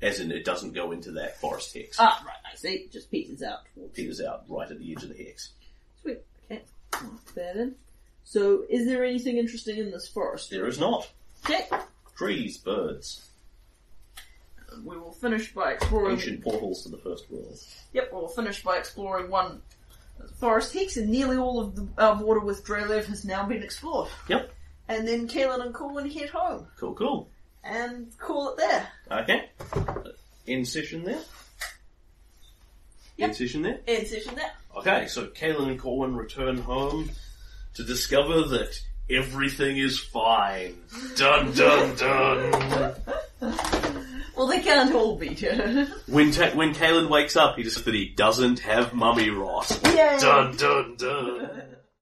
Speaker 1: As in, it doesn't go into that forest hex.
Speaker 2: Ah, right, I see. It just peters out towards.
Speaker 1: Peters out right at the edge of the hex.
Speaker 2: Sweet, okay. Mark that in. So, is there anything interesting in this forest?
Speaker 1: There is not.
Speaker 2: Okay,
Speaker 1: Trees, birds,
Speaker 2: we will finish by exploring.
Speaker 1: ancient portals to the first world.
Speaker 2: Yep, we'll finish by exploring one forest hex, and nearly all of the uh, water with Drelev has now been explored.
Speaker 1: Yep.
Speaker 2: And then Kaelin and Corwin head home
Speaker 1: Cool, cool.
Speaker 2: and call it there.
Speaker 1: Okay. In session there.
Speaker 2: Yep.
Speaker 1: In session there.
Speaker 2: End session there.
Speaker 1: Okay, so Kaelin and Corwin return home to discover that everything is fine. Dun dun dun.
Speaker 2: Well, they can't all be turned.
Speaker 5: When ta- when Kalen wakes up, he just that he doesn't have mummy rot.
Speaker 2: Yay!
Speaker 5: Dun dun dun.